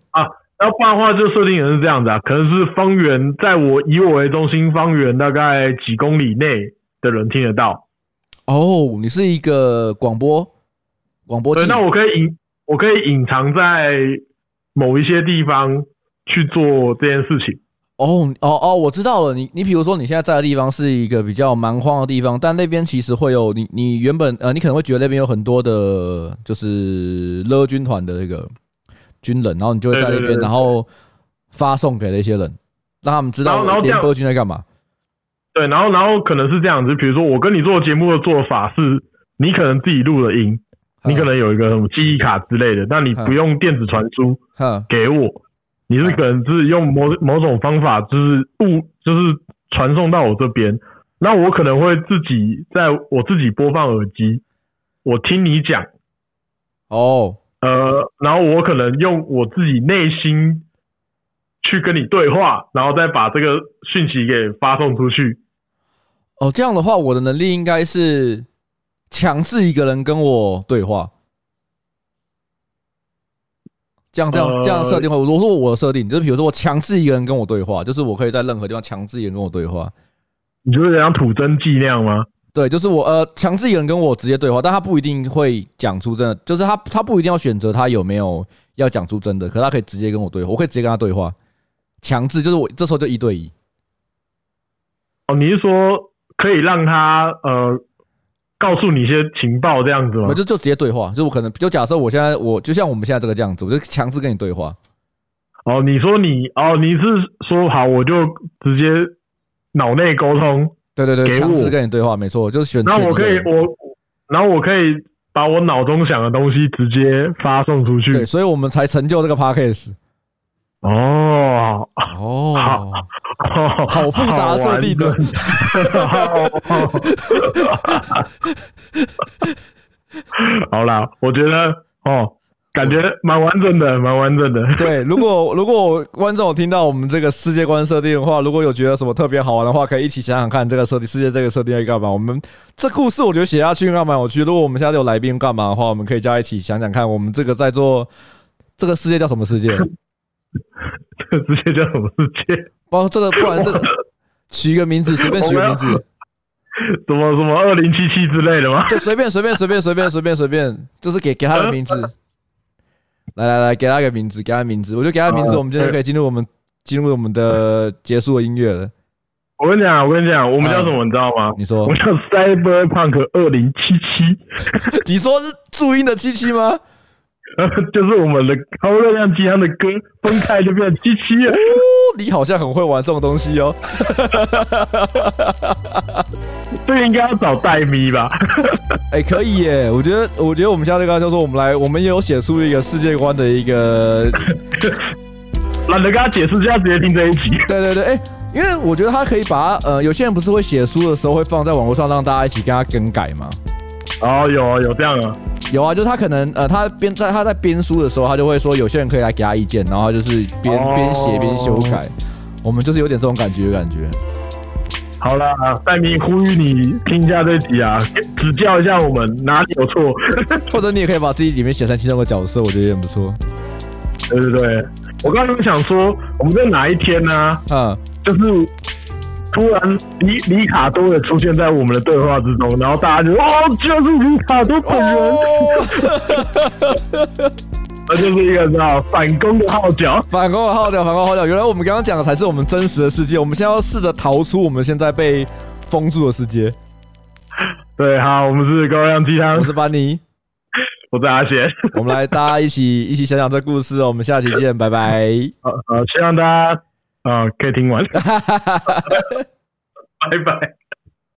S2: 要不然的话，就设定人是这样子啊，可能是方圆，在我以我为中心，方圆大概几公里内的人听得到。
S1: 哦，你是一个广播广播
S2: 对，
S1: 器，
S2: 那我可以隐，我可以隐藏在某一些地方去做这件事情。
S1: 哦哦哦，我知道了。你你比如说，你现在在的地方是一个比较蛮荒的地方，但那边其实会有你你原本呃，你可能会觉得那边有很多的，就是勒军团的那个军人，然后你就会在那
S2: 对对
S1: 边，
S2: 对对
S1: 然后发送给那些人，让他们知
S2: 然
S1: 道
S2: 后然后这
S1: 联
S2: 样
S1: 播军在干嘛。
S2: 对，然后然后可能是这样子，比如说我跟你做节目的做法是，你可能自己录了音，你可能有一个什么记忆卡之类的，那你不用电子传输
S1: 哼
S2: 给我，你是
S1: 嗯
S2: 可能是用某某种方法，就是物就是传送到我这边，那我可能会自己在我自己播放耳机，我听你讲，
S1: 哦
S2: 呃，然后我可能用我自己内心去跟你对话，然后再把这个讯息给发送出去。
S1: 哦，这样的话，我的能力应该是强制一个人跟我对话。这样这样这样
S2: 呃
S1: 设定会，我说我的设定，就是比如说我强制一个人跟我对话，就是我可以在任何地方强制一个人跟我对话。
S2: 你就是像吐真剂那样吗？
S1: 对，就是我呃强制一个人跟我直接对话，但他不一定会讲出真的，就是他他不一定要选择他有没有要讲出真的，可是他可以直接跟我对话，我可以直接跟他对话。强制就是我这时候就一对一，
S2: 哦，你是说可以让他呃告诉你一些情报这样子吗
S1: 我？就就直接对话，就我可能就假设我现在我就像我们现在这个这样子，我就强制跟你对话。
S2: 哦，你说你哦，你是说好我就直接脑内沟通，
S1: 对对对，
S2: 给
S1: 强制
S2: 我
S1: 跟你对话，没错，就是选。
S2: 那
S1: 选
S2: 我
S1: 一
S2: 可
S1: 个
S2: 以
S1: 人
S2: 我，然后我可以把我脑中想的东西直接发送出去。
S1: 对，所以我们才成就这个 podcast。
S2: 哦，
S1: 哦，
S2: 好
S1: 复杂的设定呢
S2: 玩的。好啦，我觉得哦，感觉蛮完整的，蛮完整的。
S1: 对，如果如果观众有听到我们这个世界观设定的话，如果有觉得什么特别好玩的话，可以一起想想看这个设定，世界这个设定要干嘛。我们这故事我觉得写下去应该蛮有趣。如果我们下次有来宾干嘛的话，我们可以加一起想想看，我们这个在做这个世界叫什么 世界？
S2: 这直接叫什么世界？
S1: 包这个，不然这个取一个名 字，随便取个名字。
S2: 什么什么二零七七之类的 吗？
S1: 就随便随便随便随便随便随便，就是给给他的名字。来来来，给他一个名字，给他名字，我就给他名字，
S2: 哦
S1: 我们今天就可以进入我们进入我们的结束的音乐了。
S2: 我跟你讲，我跟你讲，我们叫什么，你知道吗？
S1: 哎你说
S2: 我们叫 Cyberpunk 二零七七，
S1: 你说是注音的七七吗？
S2: 呃就是我们的高热量鸡汤的歌分开就变七七了。
S1: 哦，你好像很会玩这种东西哦。
S2: 这个应该要找代咪吧？
S1: 哎、可以耶！我觉得，我觉得我们下次刚就说，我们来，我们也有写出一个世界观的一个，
S2: 懒得跟他解释，就要直接听这一集。
S1: 对对对，哎、因为我觉得他可以把它，呃，有些人不是会写书的时候会放在网络上让大家一起跟他更改吗？
S2: 哦，有啊，有这样啊。
S1: 有啊，就是他可能呃，他编在他在编书的时候，他就会说有些人可以来给他意见，然后他就是边
S2: 哦
S1: 边写边修改。我们就是有点这种感觉，感觉
S2: 好啦，代咪呼吁你听一下这一集啊，指教一下我们哪里有错。
S1: 或者你也可以把自己里面写成其中的角色，我觉得也很不错。
S2: 对对对，我刚刚想说，我们在哪一天呢、
S1: 嗯，
S2: 就是突然里里卡多的出现在我们的对话之中，然后大家就哦，就是里卡多本人，那、就是一个知道反攻的号角。
S1: 反攻号角，反攻号角。原来我们刚刚讲的才是我们真实的世界，我们现在要试着逃出我们现在被封住的世界。
S2: 对，好，我们是高热量鸡汤
S1: 我，是班尼，
S2: 我是阿贤，
S1: 我们来大家一起一起想想这故事哦。我们下期见，拜拜。
S2: 好，好希望大家 啊、可以听完，拜拜。